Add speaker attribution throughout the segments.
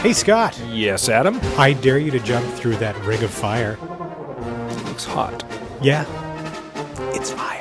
Speaker 1: Hey, Scott,
Speaker 2: Yes, Adam.
Speaker 1: I dare you to jump through that ring of fire.
Speaker 2: Looks hot.
Speaker 1: Yeah, it's fire.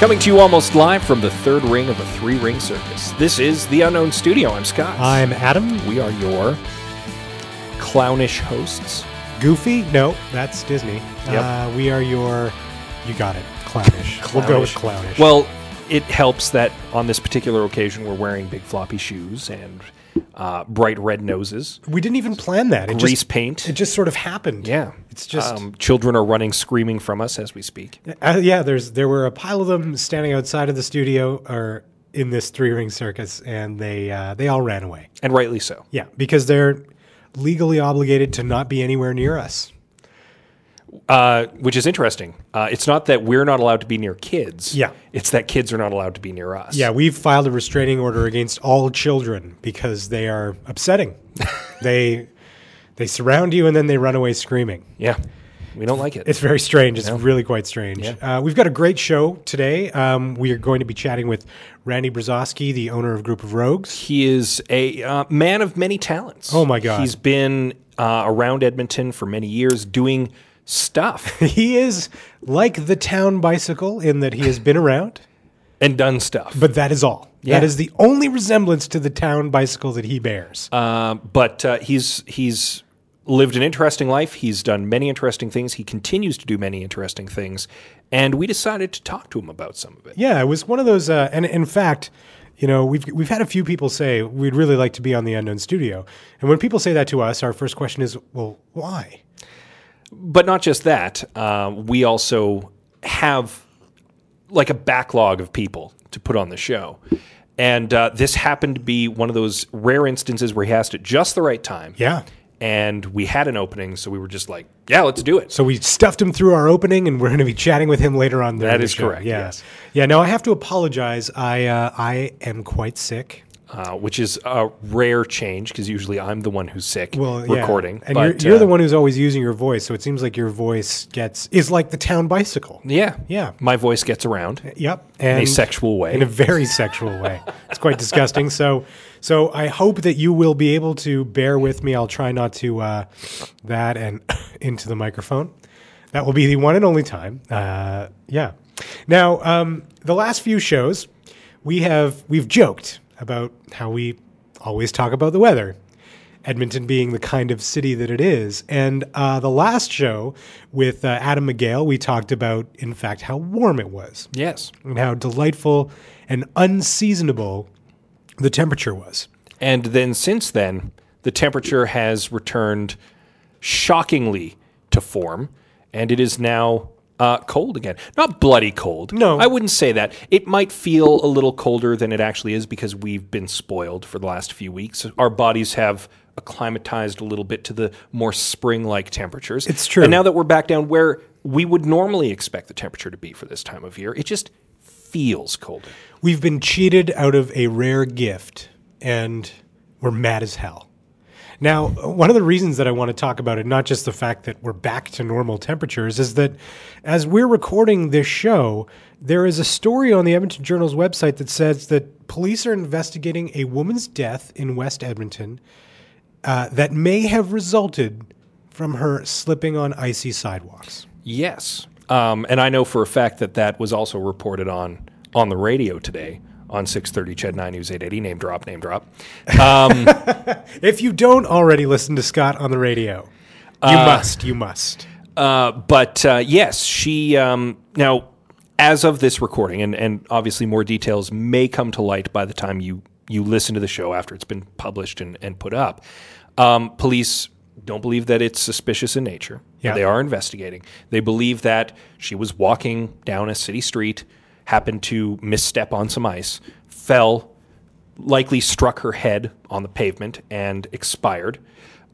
Speaker 2: Coming to you almost live from the third ring of a three ring circus. This is The Unknown Studio. I'm Scott.
Speaker 1: I'm Adam.
Speaker 2: We are your clownish hosts.
Speaker 1: Goofy? No, that's Disney.
Speaker 2: Yep.
Speaker 1: Uh, we are your. You got it. Clownish. We'll go with clownish.
Speaker 2: Well, it helps that on this particular occasion we're wearing big floppy shoes and uh, bright red noses,
Speaker 1: we didn't even plan that. It
Speaker 2: grease
Speaker 1: just,
Speaker 2: paint.
Speaker 1: it just sort of happened.
Speaker 2: yeah.
Speaker 1: It's just.
Speaker 2: Um, children are running screaming from us as we speak.
Speaker 1: Uh, yeah, there's there were a pile of them standing outside of the studio or in this three ring circus, and they uh, they all ran away.
Speaker 2: And rightly so.
Speaker 1: Yeah, because they're legally obligated to not be anywhere near us.
Speaker 2: Uh, which is interesting. Uh, it's not that we're not allowed to be near kids.
Speaker 1: Yeah.
Speaker 2: It's that kids are not allowed to be near us.
Speaker 1: Yeah, we've filed a restraining order against all children because they are upsetting. they they surround you and then they run away screaming.
Speaker 2: Yeah. We don't like it.
Speaker 1: It's very strange. It's really quite strange. Uh, we've got a great show today. Um, we are going to be chatting with Randy Brzozowski, the owner of Group of Rogues.
Speaker 2: He is a uh, man of many talents.
Speaker 1: Oh, my God.
Speaker 2: He's been uh, around Edmonton for many years doing stuff
Speaker 1: He is like the town bicycle in that he has been around,
Speaker 2: and done stuff.
Speaker 1: but that is all.
Speaker 2: Yeah.
Speaker 1: That is the only resemblance to the town bicycle that he bears.
Speaker 2: Uh, but uh, he's he's lived an interesting life. He's done many interesting things. He continues to do many interesting things, and we decided to talk to him about some of it.
Speaker 1: yeah, it was one of those. Uh, and in fact, you know, we've we've had a few people say we'd really like to be on the Unknown Studio, and when people say that to us, our first question is, well, why?
Speaker 2: But not just that. Uh, we also have like a backlog of people to put on the show. And uh, this happened to be one of those rare instances where he asked at just the right time.
Speaker 1: Yeah.
Speaker 2: and we had an opening, so we were just like, yeah, let's do it.
Speaker 1: So we stuffed him through our opening, and we're going to be chatting with him later on. during
Speaker 2: That
Speaker 1: the
Speaker 2: is
Speaker 1: show.
Speaker 2: correct,
Speaker 1: Yeah.
Speaker 2: yes.
Speaker 1: Yeah. No, I have to apologize. I uh, I am quite sick.
Speaker 2: Uh, which is a rare change because usually I'm the one who's sick
Speaker 1: Well, yeah.
Speaker 2: recording.
Speaker 1: and
Speaker 2: but,
Speaker 1: you're, you're the
Speaker 2: uh,
Speaker 1: one who's always using your voice, so it seems like your voice gets is like the town bicycle.
Speaker 2: Yeah,
Speaker 1: Yeah.
Speaker 2: My voice gets around in
Speaker 1: Yep, and
Speaker 2: a sexual way.
Speaker 1: in a very sexual way. It's quite disgusting. So, so I hope that you will be able to bear with me. I'll try not to uh, that and into the microphone. That will be the one and only time. Uh, yeah. Now, um, the last few shows, we have we've joked about how we always talk about the weather. Edmonton being the kind of city that it is. And uh, the last show with uh, Adam McGale, we talked about, in fact, how warm it was
Speaker 2: yes,
Speaker 1: and how delightful and unseasonable the temperature was.
Speaker 2: and then since then, the temperature has returned shockingly to form, and it is now. Uh, cold again. Not bloody cold.
Speaker 1: No.
Speaker 2: I wouldn't say that. It might feel a little colder than it actually is because we've been spoiled for the last few weeks. Our bodies have acclimatized a little bit to the more spring like temperatures.
Speaker 1: It's true.
Speaker 2: And now that we're back down where we would normally expect the temperature to be for this time of year, it just feels colder.
Speaker 1: We've been cheated out of a rare gift, and we're mad as hell. Now, one of the reasons that I want to talk about it, not just the fact that we're back to normal temperatures, is that as we're recording this show, there is a story on the Edmonton Journal's website that says that police are investigating a woman's death in West Edmonton uh, that may have resulted from her slipping on icy sidewalks.
Speaker 2: Yes, um, and I know for a fact that that was also reported on on the radio today on six thirty Chad Nine News eight eighty name drop name drop.
Speaker 1: If you don't already listen to Scott on the radio, you must. You must.
Speaker 2: Uh, but uh, yes, she um, now as of this recording, and and obviously more details may come to light by the time you you listen to the show after it's been published and and put up. Um, police don't believe that it's suspicious in nature.
Speaker 1: Yeah.
Speaker 2: They are investigating. They believe that she was walking down a city street, happened to misstep on some ice, fell, likely struck her head on the pavement and expired.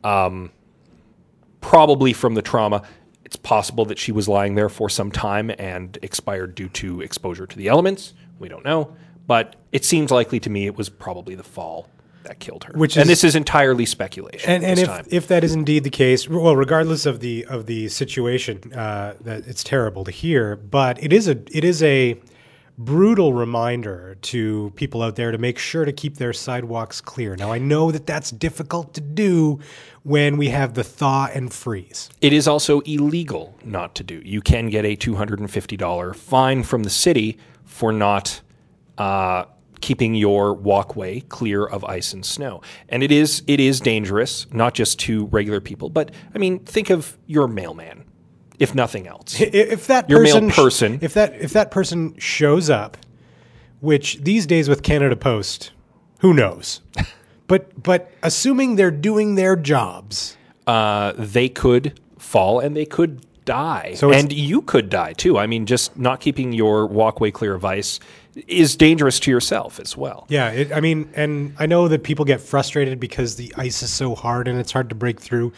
Speaker 2: Um, probably from the trauma. It's possible that she was lying there for some time and expired due to exposure to the elements. We don't know, but it seems likely to me it was probably the fall that killed her.
Speaker 1: Which
Speaker 2: and
Speaker 1: is-
Speaker 2: this is entirely speculation.
Speaker 1: and,
Speaker 2: at
Speaker 1: and
Speaker 2: this
Speaker 1: if,
Speaker 2: time.
Speaker 1: if that is indeed the case, well, regardless of the of the situation, uh, that it's terrible to hear, but it is a it is a brutal reminder to people out there to make sure to keep their sidewalks clear. Now, I know that that's difficult to do when we have the thaw and freeze.
Speaker 2: It is also illegal not to do. You can get a $250 fine from the city for not uh, keeping your walkway clear of ice and snow. And it is it is dangerous, not just to regular people, but I mean, think of your mailman, if nothing else.
Speaker 1: I- If that
Speaker 2: Your male
Speaker 1: person, sh-
Speaker 2: person.
Speaker 1: if that if that person shows up, which these days with Canada Post, who knows? But but assuming they're doing their jobs.
Speaker 2: uh, they could fall and they could die.
Speaker 1: So it's-
Speaker 2: and you could die too. I mean, just not keeping your walkway clear of ice is dangerous to yourself as well.
Speaker 1: Yeah, it, I mean, and I know that people get frustrated because the ice is so hard and it's hard to break through.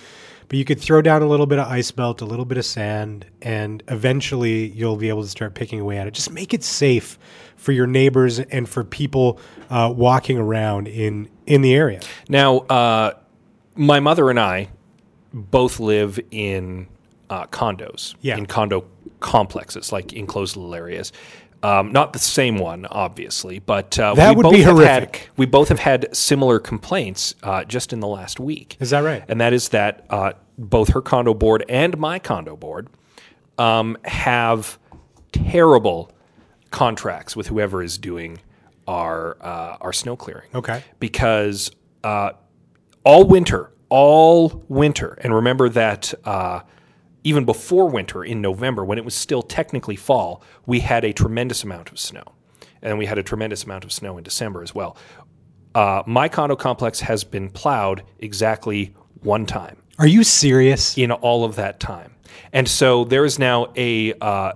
Speaker 1: But you could throw down a little bit of ice melt, a little bit of sand, and eventually you'll be able to start picking away at it. Just make it safe for your neighbors and for people uh, walking around in in the area.
Speaker 2: Now, uh, my mother and I both live in uh, condos,
Speaker 1: Yeah.
Speaker 2: in condo complexes, like enclosed little areas. Um, not the same one, obviously, but uh,
Speaker 1: That
Speaker 2: we
Speaker 1: would
Speaker 2: both
Speaker 1: be
Speaker 2: have
Speaker 1: horrific.
Speaker 2: Had, we both have had similar complaints uh, just in the last week.
Speaker 1: Is that right?
Speaker 2: And that is that uh, both her condo board and my condo board um, have terrible contracts with whoever is doing our uh, our snow clearing
Speaker 1: Okay.
Speaker 2: because uh, all winter, all winter, and remember that uh, even before winter in November, when it was still technically fall, we had a tremendous amount of snow. And we had a tremendous amount of snow in December as well. Uh, my condo complex has been plowed exactly one time
Speaker 1: Are you serious?
Speaker 2: in all of that time. And so there is now a uh,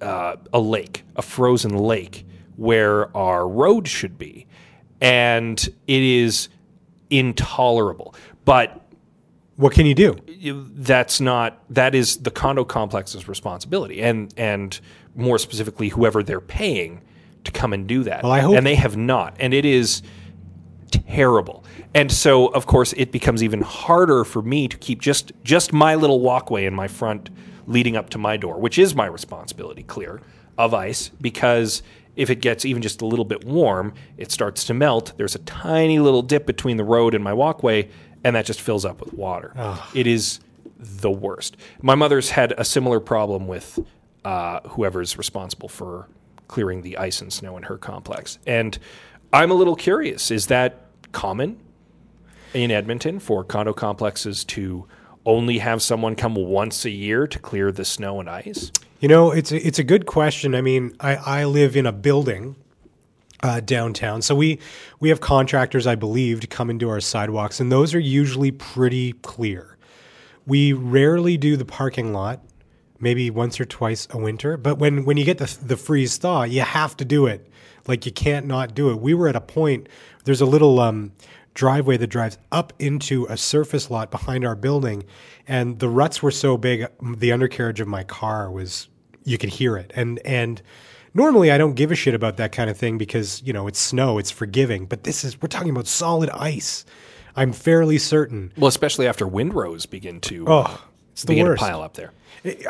Speaker 2: uh, a lake, a frozen lake where our road should be, and it is intolerable. But
Speaker 1: What can you do?
Speaker 2: you- that's not that is the condo complex's responsibility, and and more specifically, whoever they're paying to come and do that.
Speaker 1: Well, I hope-
Speaker 2: and they have not, and it is terrible. And so, of course, it becomes even harder for me to keep just just my little walkway in my front, leading up to my door, which is my responsibility, clear of ice, because if it gets even just a little bit warm, it starts to melt. There's a tiny little dip between the road and my walkway, and that just fills up with water. It is the worst. My mother's had a similar problem with uh, whoever's responsible for clearing the ice and snow in her complex. And I'm a little curious is that common in Edmonton for condo complexes to only have someone come once a year to clear the snow and ice?
Speaker 1: You know, it's a, it's a good question. I mean, I, I live in a building uh, downtown, so we we have contractors, I believe, to come and do our sidewalks, and those are usually pretty clear. We rarely do the parking lot, maybe once or twice a winter. But when when you get the the freeze thaw, you have to do it. Like you can't not do it. We were at a point. There's a little um, driveway that drives up into a surface lot behind our building, and the ruts were so big, the undercarriage of my car was you could hear it. And and normally I don't give a shit about that kind of thing because you know it's snow, it's forgiving. But this is we're talking about solid ice. I'm fairly certain.
Speaker 2: Well, especially after windrows begin to
Speaker 1: Oh, it's the
Speaker 2: begin to
Speaker 1: worst.
Speaker 2: pile up there.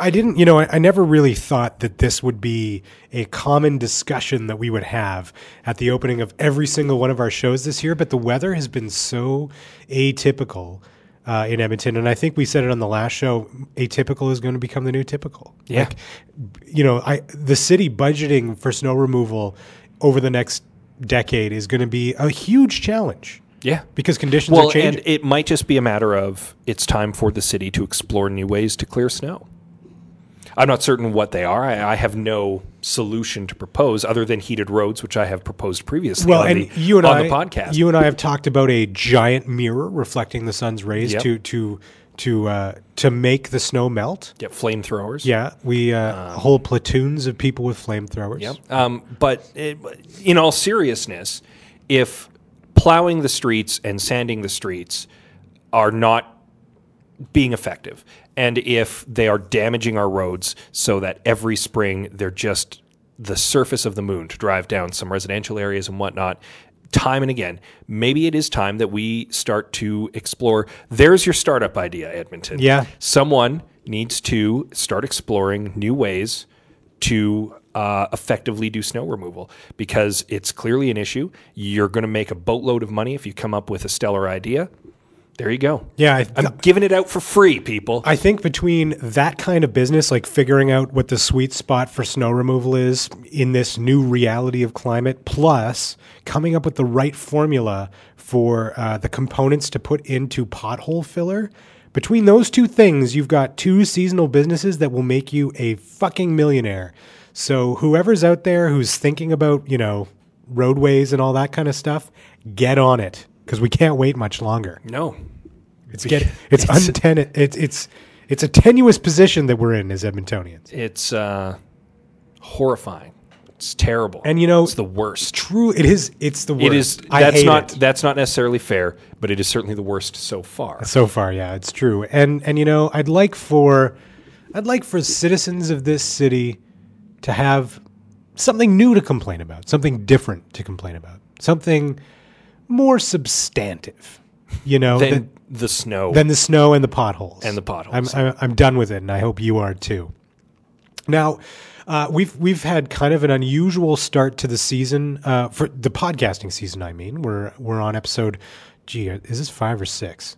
Speaker 1: I didn't, you know, I I never really thought that this would be a common discussion that we would have at the opening of every single one of our shows this year, but the weather has been so atypical uh, in Edmonton. And I think we said it on the last show atypical is going to become the new typical.
Speaker 2: Yeah.
Speaker 1: Like, you know, I, the city budgeting for snow removal over the next decade is going to be a huge challenge
Speaker 2: Yeah.
Speaker 1: because conditions
Speaker 2: Well,
Speaker 1: are changing.
Speaker 2: and it might just be a matter of it's time for the city to explore new ways to clear snow. I'm not certain what they are. I, I have no solution to propose other than heated roads, which I have proposed previously
Speaker 1: Well,
Speaker 2: on,
Speaker 1: and
Speaker 2: the,
Speaker 1: you and
Speaker 2: on
Speaker 1: I,
Speaker 2: the podcast.
Speaker 1: you and I have talked about a giant mirror reflecting the sun's rays
Speaker 2: Yep.
Speaker 1: to to to uh, to make the snow melt.
Speaker 2: yeah, flamethrowers.
Speaker 1: Yeah, we uh,
Speaker 2: Um,
Speaker 1: whole platoons of people with flamethrowers.
Speaker 2: Um, but it, in all seriousness, if plowing the streets and sanding the streets are not being effective. And if they are damaging our roads so that every spring they're just the surface of the moon to drive down some residential areas and whatnot, time and again, maybe it is time that we start to explore. There's your startup idea, Edmonton.
Speaker 1: Yeah.
Speaker 2: Someone needs to start exploring new ways to uh, effectively do snow removal because it's clearly an issue. You're going to make a boatload of money if you come up with a stellar idea. There you go.
Speaker 1: Yeah, I-
Speaker 2: I'm giving it out for free, people.
Speaker 1: I think between that kind of business, like figuring out what the sweet spot for snow removal is in this new reality of climate, plus coming up with the right formula for uh, the components to put into pothole filler, between those two things, you've got two seasonal businesses that will make you a fucking millionaire. So whoever's out there who's thinking about, you know, roadways and all that kind of stuff, get on it because we can't wait much longer.
Speaker 2: no.
Speaker 1: It's get it's unten it's it's it's a tenuous position that we're in as Edmontonians.
Speaker 2: It's uh, horrifying. It's terrible.
Speaker 1: And you know,
Speaker 2: it's the worst.
Speaker 1: true, it is it's the worst.
Speaker 2: It is
Speaker 1: I
Speaker 2: that's
Speaker 1: hate
Speaker 2: not
Speaker 1: it.
Speaker 2: that's not necessarily fair, but it is certainly the worst so far.
Speaker 1: so far. Yeah, it's true. And and you know, I'd like for I'd like for citizens of this city to have something new to complain about, something different to complain about, something more substantive. You know,
Speaker 2: Then
Speaker 1: than,
Speaker 2: the snow.
Speaker 1: than the snow and the potholes
Speaker 2: And the potholes.
Speaker 1: I'm, I'm, I'm done with it, and I hope you are too. Now, uh, we've we've had kind of an unusual start to the season uh, for the podcasting season. I mean, we're we're on episode. Gee, is this five or six?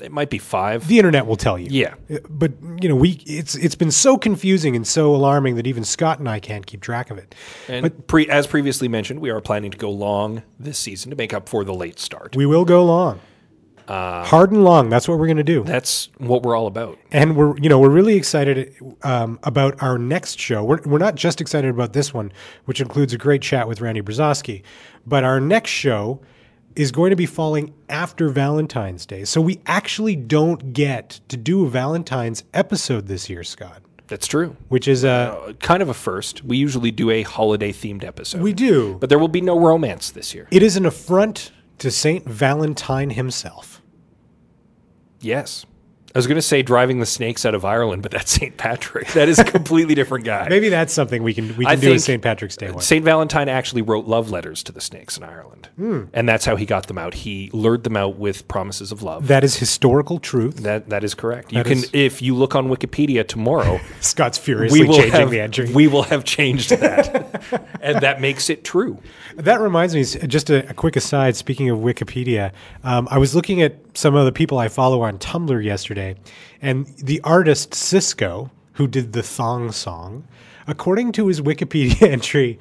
Speaker 2: it might be five.
Speaker 1: The internet will tell you.
Speaker 2: yeah.
Speaker 1: Uh, But you know, we it's it's been so confusing and so alarming that even Scott and I can't keep track of it.
Speaker 2: And pre, as previously mentioned, we are planning to go long this season to make up for the late start.
Speaker 1: We will go long,
Speaker 2: Uh,
Speaker 1: hard and long. That's what we're going to do.
Speaker 2: That's what we're all about.
Speaker 1: and we're you know we're really excited um, about our next show. We're, we're not just excited about this one, which includes a great chat with Randy Brzoski, but our next show is going to be falling after Valentine's Day, so we actually don't get to do a Valentine's episode this year, Scott,
Speaker 2: That's true.
Speaker 1: which is uh,
Speaker 2: Uh, kind of a first. We usually do a holiday themed episode,
Speaker 1: we do.
Speaker 2: but there will be no romance this year.
Speaker 1: It is an affront to Saint Valentine himself.
Speaker 2: Yes. I was going to say driving the snakes out of Ireland, but that's St. Patrick. That is a completely different guy.
Speaker 1: Maybe that's something we can we
Speaker 2: I
Speaker 1: can do a
Speaker 2: think-
Speaker 1: St. Patrick's Day one.
Speaker 2: St. Valentine actually wrote love letters to the snakes in Ireland.
Speaker 1: Hmm.
Speaker 2: And that's how he got them out. He lured them out with promises of love.
Speaker 1: That is historical truth.
Speaker 2: That that is correct. You
Speaker 1: That
Speaker 2: can
Speaker 1: is-
Speaker 2: if you look on Wikipedia tomorrow,
Speaker 1: Scott's furiously
Speaker 2: we will
Speaker 1: changing
Speaker 2: have
Speaker 1: the entry.
Speaker 2: we will have changed that. and that makes it true.
Speaker 1: That reminds me, s- just a, a quick aside. Speaking of Wikipedia, um, I was looking at some of the people I follow on Tumblr yesterday, and the artist Cisco, who did the Thong Song, according to his Wikipedia entry,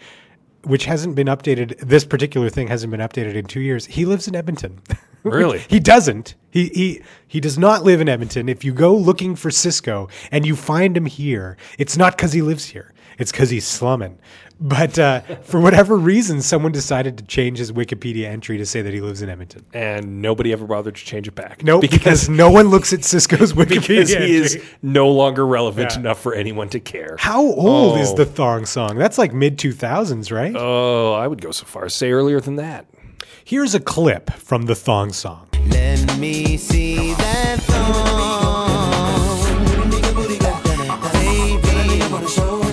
Speaker 1: which hasn't been updated, this particular thing hasn't been updated in two years. He lives in Edmonton.
Speaker 2: Really?
Speaker 1: he doesn't. He he he does not live in Edmonton. If you go looking for Cisco and you find him here, it's not because he lives here. It's because he's slumming. But uh, for whatever reason, someone decided to change his Wikipedia entry to say that he lives in Edmonton.
Speaker 2: And nobody ever bothered to change it back.
Speaker 1: No, because, no one looks at Cisco's Wikipedia.
Speaker 2: because he is
Speaker 1: entry.
Speaker 2: no longer relevant
Speaker 1: Yeah.
Speaker 2: enough for anyone to care.
Speaker 1: How old is
Speaker 2: Oh.
Speaker 1: the thong song? That's like mid two thousands, right?
Speaker 2: Oh, I would go so far as say earlier than that.
Speaker 1: Here's a clip from the thong song.
Speaker 3: Let me see that thong. Baby, that thong,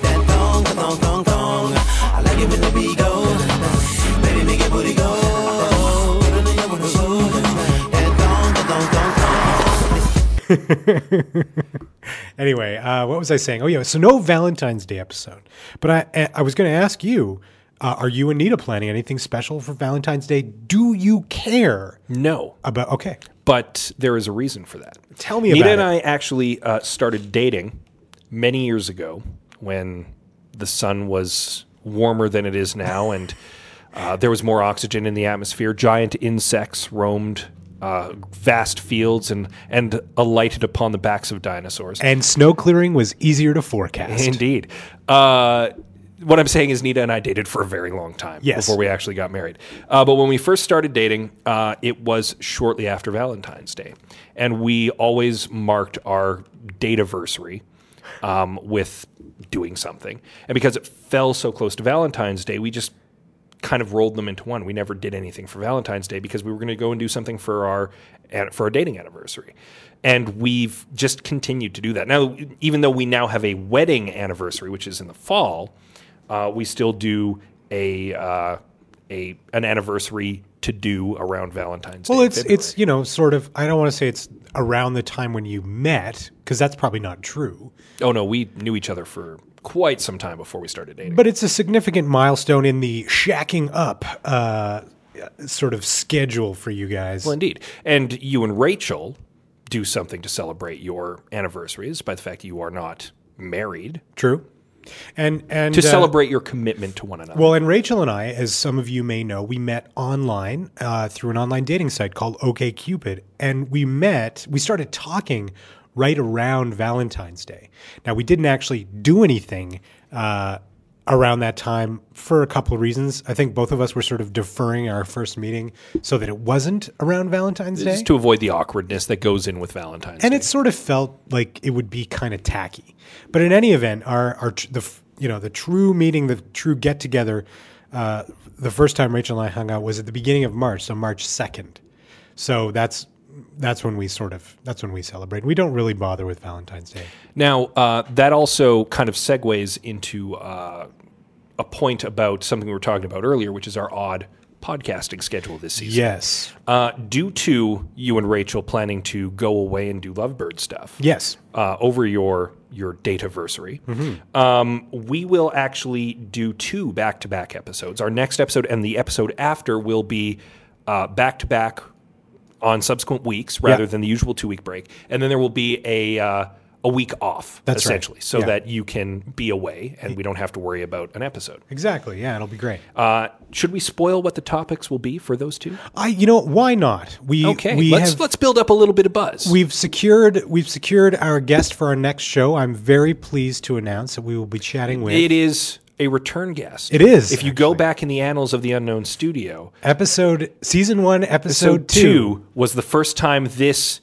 Speaker 3: that thong, thong, thong. I like it when the beat go. Baby, make your booty go. That thong, that thong, thong, thong.
Speaker 1: Anyway, uh, what was I saying? Oh yeah, so no Valentine's Day episode. But I I was going to ask you, uh, are you and Nita planning anything special for Valentine's Day? Do you care
Speaker 2: No.
Speaker 1: about? Okay,
Speaker 2: but there is a reason for that.
Speaker 1: Tell me
Speaker 2: Nita
Speaker 1: about
Speaker 2: and
Speaker 1: it.
Speaker 2: I actually uh, started dating many years ago when the sun was warmer than it is now, and uh, there was more oxygen in the atmosphere. Giant insects roamed uh, vast fields and and alighted upon the backs of dinosaurs.
Speaker 1: and snow clearing was easier to forecast.
Speaker 2: Indeed. Uh, what I'm saying is, Nita and I dated for a very long time
Speaker 1: Yes.
Speaker 2: before we actually got married. Uh, but when we first started dating, uh, it was shortly after Valentine's Day, and we always marked our dataversary um, with doing something. And because it fell so close to Valentine's Day, we just kind of rolled them into one. We never did anything for Valentine's Day because we were going to go and do something for our an- for our dating anniversary. And we've just continued to do that. Now, even though we now have a wedding anniversary, which is in the fall, uh, we still do a uh, a an anniversary to do around Valentine's
Speaker 1: Well,
Speaker 2: Day. in
Speaker 1: it's
Speaker 2: February.
Speaker 1: it's you know sort of. I don't want to say it's around the time when you met because that's probably not true.
Speaker 2: oh no, we knew each other for quite some time before we started dating.
Speaker 1: But it's a significant milestone in the shacking up uh, sort of schedule for you guys.
Speaker 2: Well, indeed. And you and Rachel do something to celebrate your anniversaries by the fact that you are not married
Speaker 1: True. And and
Speaker 2: to
Speaker 1: uh,
Speaker 2: celebrate your commitment to one another.
Speaker 1: Well, and Rachel and I, as some of you may know, we met online uh, through an online dating site called OKCupid, and we met. We started talking right around Valentine's Day. Now, we didn't actually do anything uh, around that time for a couple of reasons. I think both of us were sort of deferring our first meeting so that it wasn't around Valentine's Day.
Speaker 2: Just to avoid the awkwardness that goes in with Valentine's
Speaker 1: and
Speaker 2: Day.
Speaker 1: it sort of felt like it would be kind of tacky. But in any event, our our tr- the f- you know the true meeting, the true get together, uh, the first time Rachel and I hung out was at the beginning of March, so March second. So that's that's when we sort of that's when we celebrate. We don't really bother with Valentine's Day.
Speaker 2: Now, uh, that also kind of segues into uh, a point about something we were talking about earlier, which is our odd podcasting schedule this season.
Speaker 1: Yes,
Speaker 2: Uh, due to you and Rachel planning to go away and do Lovebird stuff.
Speaker 1: yes,
Speaker 2: uh, over your your dataversary,
Speaker 1: Mm-hmm.
Speaker 2: um, we will actually do two back to back episodes. Our next episode and the episode after will be back to back on subsequent weeks, rather
Speaker 1: Yeah.
Speaker 2: than the usual two week break, and then there will be a uh, a week off
Speaker 1: That's right.
Speaker 2: essentially, so
Speaker 1: Yeah.
Speaker 2: that you can be away and we don't have to worry about an episode.
Speaker 1: exactly. Yeah, it'll be great.
Speaker 2: Uh, should we spoil what the topics will be for those two?
Speaker 1: I you know why not? We
Speaker 2: Okay,
Speaker 1: we
Speaker 2: let's
Speaker 1: have-
Speaker 2: let's build up a little bit of buzz.
Speaker 1: We've secured we've secured our guest for our next show. I'm very pleased to announce that we will be chatting with
Speaker 2: It is a return guest.
Speaker 1: It is,
Speaker 2: If you go back in the annals of the unknown studio,
Speaker 1: episode season one episode,
Speaker 2: episode
Speaker 1: two.
Speaker 2: two was the first time this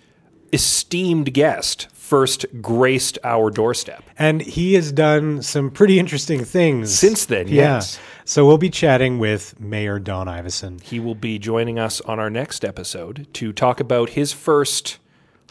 Speaker 2: esteemed guest first graced our doorstep.
Speaker 1: and he has done some pretty interesting things
Speaker 2: Since then,
Speaker 1: Yeah.
Speaker 2: yes.
Speaker 1: So we'll be chatting with Mayor Don Iverson.
Speaker 2: He will be joining us on our next episode to talk about his first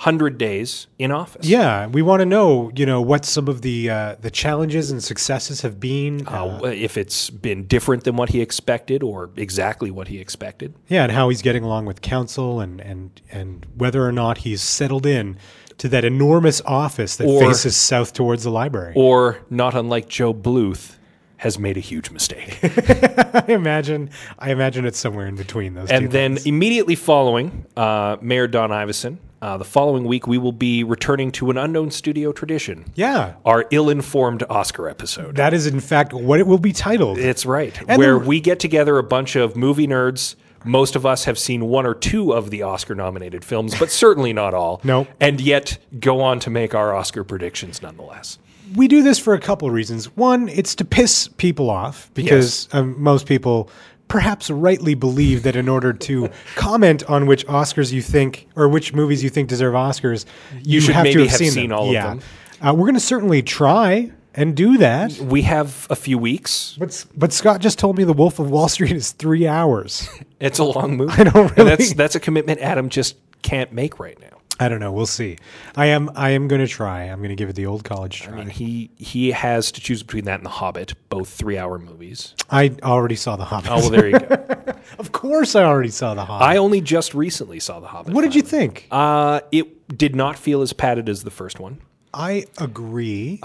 Speaker 2: hundred days in office.
Speaker 1: Yeah, we want to know, you know, what some of the uh, the challenges and successes have been. uh,
Speaker 2: Uh, if it's been different than what he expected or exactly what he expected.
Speaker 1: yeah, and how he's getting along with council, and and and whether or not he's settled in to that enormous office that
Speaker 2: Or-
Speaker 1: faces south towards the library.
Speaker 2: Or not unlike Joe Bluth has made a huge mistake.
Speaker 1: I imagine, I imagine it's somewhere in between those. two
Speaker 2: And then
Speaker 1: things.
Speaker 2: immediately following uh, Mayor Don Iveson, uh, the following week we will be returning to an unknown studio tradition.
Speaker 1: yeah,
Speaker 2: Our ill-informed Oscar episode.
Speaker 1: that is in fact what it will be titled.
Speaker 2: It's right.
Speaker 1: And
Speaker 2: where
Speaker 1: the-
Speaker 2: we get together a bunch of movie nerds. Most of us have seen one or two of the Oscar-nominated films, but certainly not all.
Speaker 1: Nope.
Speaker 2: And yet go on to make our Oscar predictions nonetheless.
Speaker 1: we do this for a couple of reasons. One, it's to piss people off because um, most people perhaps rightly believe that in order to comment on which Oscars you think or which movies you think deserve Oscars, you,
Speaker 2: should
Speaker 1: have to
Speaker 2: maybe
Speaker 1: have,
Speaker 2: have
Speaker 1: seen,
Speaker 2: seen
Speaker 1: them.
Speaker 2: all of
Speaker 1: yeah.
Speaker 2: them.
Speaker 1: Uh, we're going to certainly try and do that.
Speaker 2: We have a few weeks.
Speaker 1: But, S- but Scott just told me The Wolf of Wall Street is three hours.
Speaker 2: It's a long movie.
Speaker 1: don't really-
Speaker 2: And that's that's a commitment Adam just can't make right now.
Speaker 1: I don't know. We'll see. I am I am going to try. I'm going to give it the old college try.
Speaker 2: And he he has to choose between that and The Hobbit, both three hour movies.
Speaker 1: I already saw The Hobbit.
Speaker 2: Oh well, there you go.
Speaker 1: Of course, I already saw The Hobbit.
Speaker 2: I only just recently saw The Hobbit.
Speaker 1: what did you think?
Speaker 2: Uh, it did not feel as padded as the first one.
Speaker 1: I agree.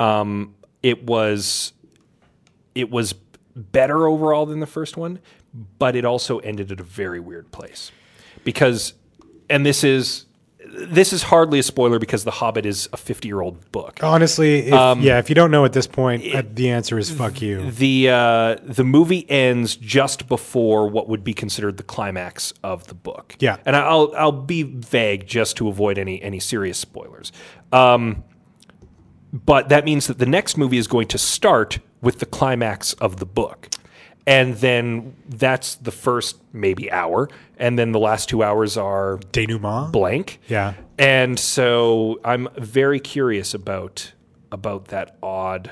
Speaker 2: It was, it was better overall than the first one, but it also ended at a very weird place because, and this is this is hardly a spoiler because The Hobbit is a fifty year old book.
Speaker 1: Honestly, if,
Speaker 2: Um,
Speaker 1: yeah. If you don't know at this point, uh the answer is fuck you.
Speaker 2: the uh, the movie ends just before what would be considered the climax of the book.
Speaker 1: Yeah.
Speaker 2: and I- I'll I'll be vague just to avoid any any serious spoilers. Um, but that means that the next movie is going to start with the climax of the book. And then that's the first maybe hour, and then the last two hours are
Speaker 1: Denouement.
Speaker 2: blank.
Speaker 1: Yeah.
Speaker 2: And so I'm very curious about about that odd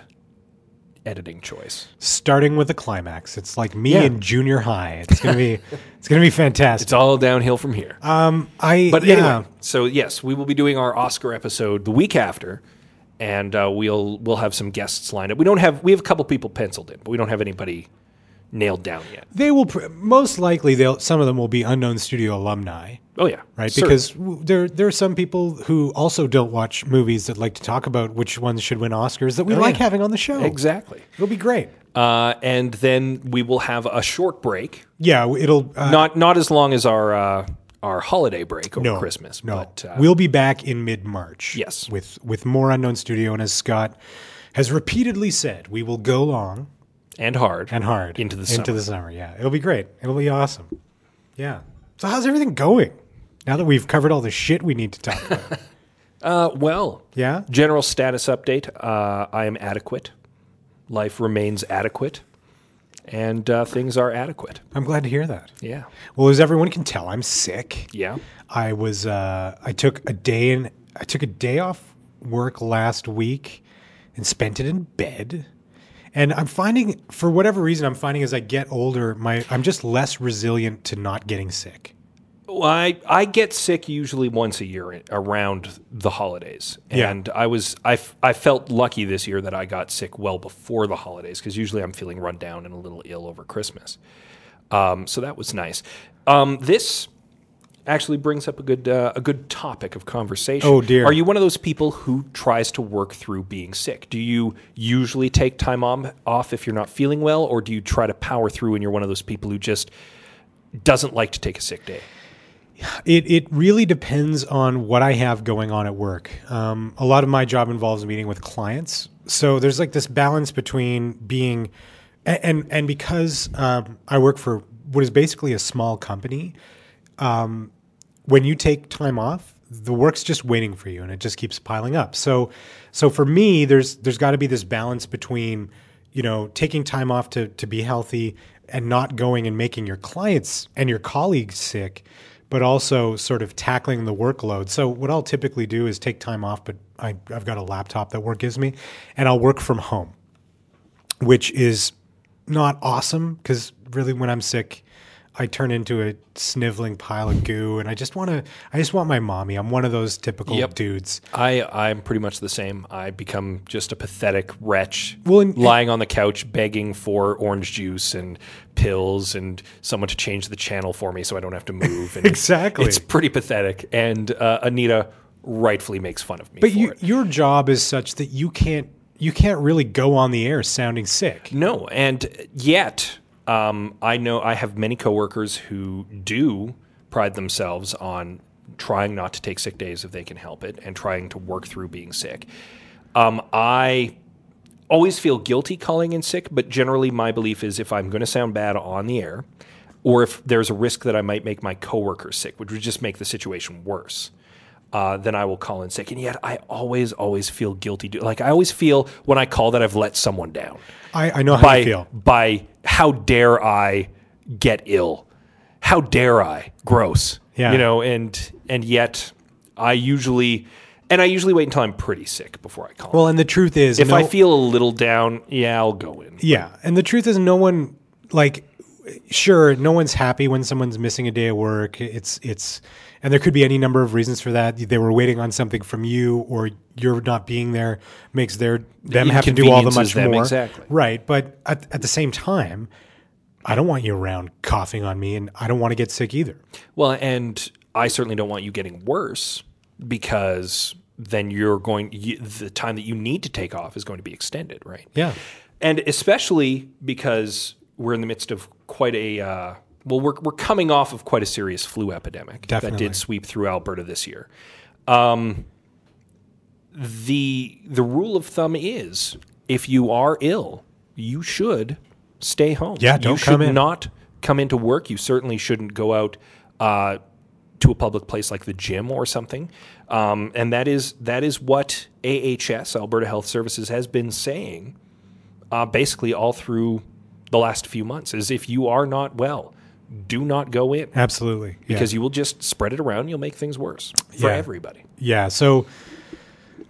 Speaker 2: editing choice.
Speaker 1: starting with a climax. It's like me
Speaker 2: Yeah.
Speaker 1: in junior high. It's gonna be it's gonna be fantastic. Um,
Speaker 2: It's all downhill from here.
Speaker 1: I
Speaker 2: But
Speaker 1: Uh, yeah.
Speaker 2: anyway, so yes, we will be doing our Oscar episode the week after, and uh, we'll we'll have some guests lined up. We don't have we have a couple people penciled in, but we don't have anybody nailed down yet.
Speaker 1: They will pr- most likely they'll some of them will be unknown studio alumni,
Speaker 2: Oh yeah,
Speaker 1: right?
Speaker 2: Certainly.
Speaker 1: Because w- there there are some people who also don't watch movies that like to talk about which ones should win Oscars that we like
Speaker 2: Oh, yeah.
Speaker 1: having on the show.
Speaker 2: exactly.
Speaker 1: It'll be great.
Speaker 2: Uh, and then we will have a short break,
Speaker 1: Yeah, w- it'll uh,
Speaker 2: not not as long as our uh, our holiday break over
Speaker 1: no
Speaker 2: Christmas,
Speaker 1: No,
Speaker 2: but uh,
Speaker 1: we'll be back in mid March.
Speaker 2: Yes.
Speaker 1: with with more unknown studio, and as Scott has repeatedly said, we will go long
Speaker 2: and hard
Speaker 1: and hard
Speaker 2: into the
Speaker 1: into
Speaker 2: summer.
Speaker 1: the summer. Yeah, it'll be great. It'll be awesome. Yeah. So how's everything going? Now that we've covered all the shit we need to talk about.
Speaker 2: uh, well,
Speaker 1: Yeah?
Speaker 2: General status update: uh, I am adequate. Life remains adequate, and uh, things are adequate.
Speaker 1: I'm glad to hear that.
Speaker 2: Yeah.
Speaker 1: Well, as everyone can tell, I'm sick.
Speaker 2: Yeah.
Speaker 1: I was uh, I took a day and I took a day off work last week and spent it in bed. And I'm finding for whatever reason I'm finding as I get older, my I'm just less resilient to not getting sick.
Speaker 2: Well, I, I get sick usually once a year i- around the holidays.
Speaker 1: Yeah.
Speaker 2: And I was I, f- I felt lucky this year that I got sick well before the holidays because usually I'm feeling run down and a little ill over Christmas. Um, so that was nice. Um, this actually brings up a good uh, a good topic of conversation.
Speaker 1: Oh, dear.
Speaker 2: Are you one of those people who tries to work through being sick? Do you usually take time om- off if you're not feeling well, or do you try to power through and you're one of those people who just doesn't like to take a sick day?
Speaker 1: It it really depends on what I have going on at work. Um, a lot of my job involves meeting with clients, so there's like this balance between being, a- and and because um, I work for what is basically a small company, when you take time off, the work's just waiting for you, and it just keeps piling up. So, so for me, there's there's got to be this balance between, you know, taking time off to to be healthy and not going and making your clients and your colleagues sick, but also sort of tackling the workload. So what I'll typically do is take time off, but I, I've got a laptop that work gives me, and I'll work from home which is not awesome because really when I'm sick, I turn into a sniveling pile of goo, and I just want to. I just want my mommy. I'm one of those typical
Speaker 2: Yep.
Speaker 1: dudes.
Speaker 2: I I'm pretty much the same. I become just a pathetic wretch,
Speaker 1: Well, and-
Speaker 2: lying on the couch begging for orange juice and pills and someone to change the channel for me so I don't have to move. And it's-
Speaker 1: Exactly.
Speaker 2: it's, pretty pathetic. And uh, Anita rightfully makes fun of me
Speaker 1: But
Speaker 2: for
Speaker 1: you,
Speaker 2: it.
Speaker 1: your job is such that you can't. You can't really go on the air sounding sick.
Speaker 2: No, and yet um, I know I have many coworkers who do pride themselves on trying not to take sick days if they can help it, and trying to work through being sick. Um, I always feel guilty calling in sick, but generally my belief is if I'm going to sound bad on the air, or if there's a risk that I might make my coworker sick, which would just make the situation worse. Uh, then I will call in sick, and yet I always, always feel guilty. do- Like I always feel when I call that I've let someone down
Speaker 1: I, I know how
Speaker 2: by
Speaker 1: you feel.
Speaker 2: by how dare I get ill? How dare I? Gross.
Speaker 1: Yeah.
Speaker 2: You know, and and yet I usually and I usually wait until I'm pretty sick before I call.
Speaker 1: Well, and the truth is,
Speaker 2: if
Speaker 1: no-
Speaker 2: I feel a little down, yeah, I'll go in.
Speaker 1: Yeah, and the truth is, no one like sure no one's happy when someone's missing a day of work it's it's and there could be any number of reasons for that they were waiting on something from you or you're not being there makes their them have to do all the much
Speaker 2: inconveniences them,
Speaker 1: more
Speaker 2: exactly.
Speaker 1: right but at, at the same time i don't want you around coughing on me and i don't want to get sick either
Speaker 2: Well, and I certainly don't want you getting worse because then you're going you, the time that you need to take off is going to be extended, right?
Speaker 1: Yeah.
Speaker 2: And especially because we're in the midst of quite a uh, well, we're we're coming off of quite a serious flu epidemic that
Speaker 1: Definitely.
Speaker 2: did sweep through Alberta this year. Um, the the rule of thumb is if you are ill, you should stay home.
Speaker 1: Yeah,
Speaker 2: you
Speaker 1: don't
Speaker 2: should
Speaker 1: come in.
Speaker 2: Not come into work. You certainly shouldn't go out uh, to a public place like the gym or something. Um, and that is that is what AHS Alberta Health Services has been saying uh, basically all through the last few months is if you are not well, do not go in
Speaker 1: absolutely yeah.
Speaker 2: because you will just spread it around. You'll make things worse for
Speaker 1: Yeah.
Speaker 2: everybody.
Speaker 1: Yeah. So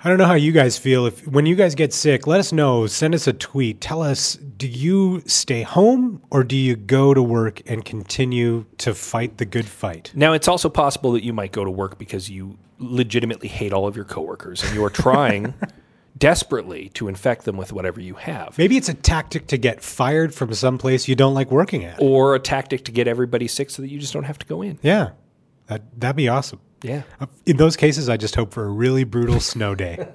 Speaker 1: I don't know how you guys feel. If when you guys get sick, let us know. Send us a tweet. Tell us: Do you stay home or do you go to work and continue to fight the good fight?
Speaker 2: Now, it's also possible that you might go to work because you legitimately hate all of your coworkers and you're trying desperately to infect them with whatever you have.
Speaker 1: Maybe it's a tactic to get fired from some place you don't like working at.
Speaker 2: Or a tactic to get everybody sick so that you just don't have to go in.
Speaker 1: Yeah, that that'd be awesome.
Speaker 2: Yeah.
Speaker 1: Uh, In those cases, I just hope for a really brutal snow day.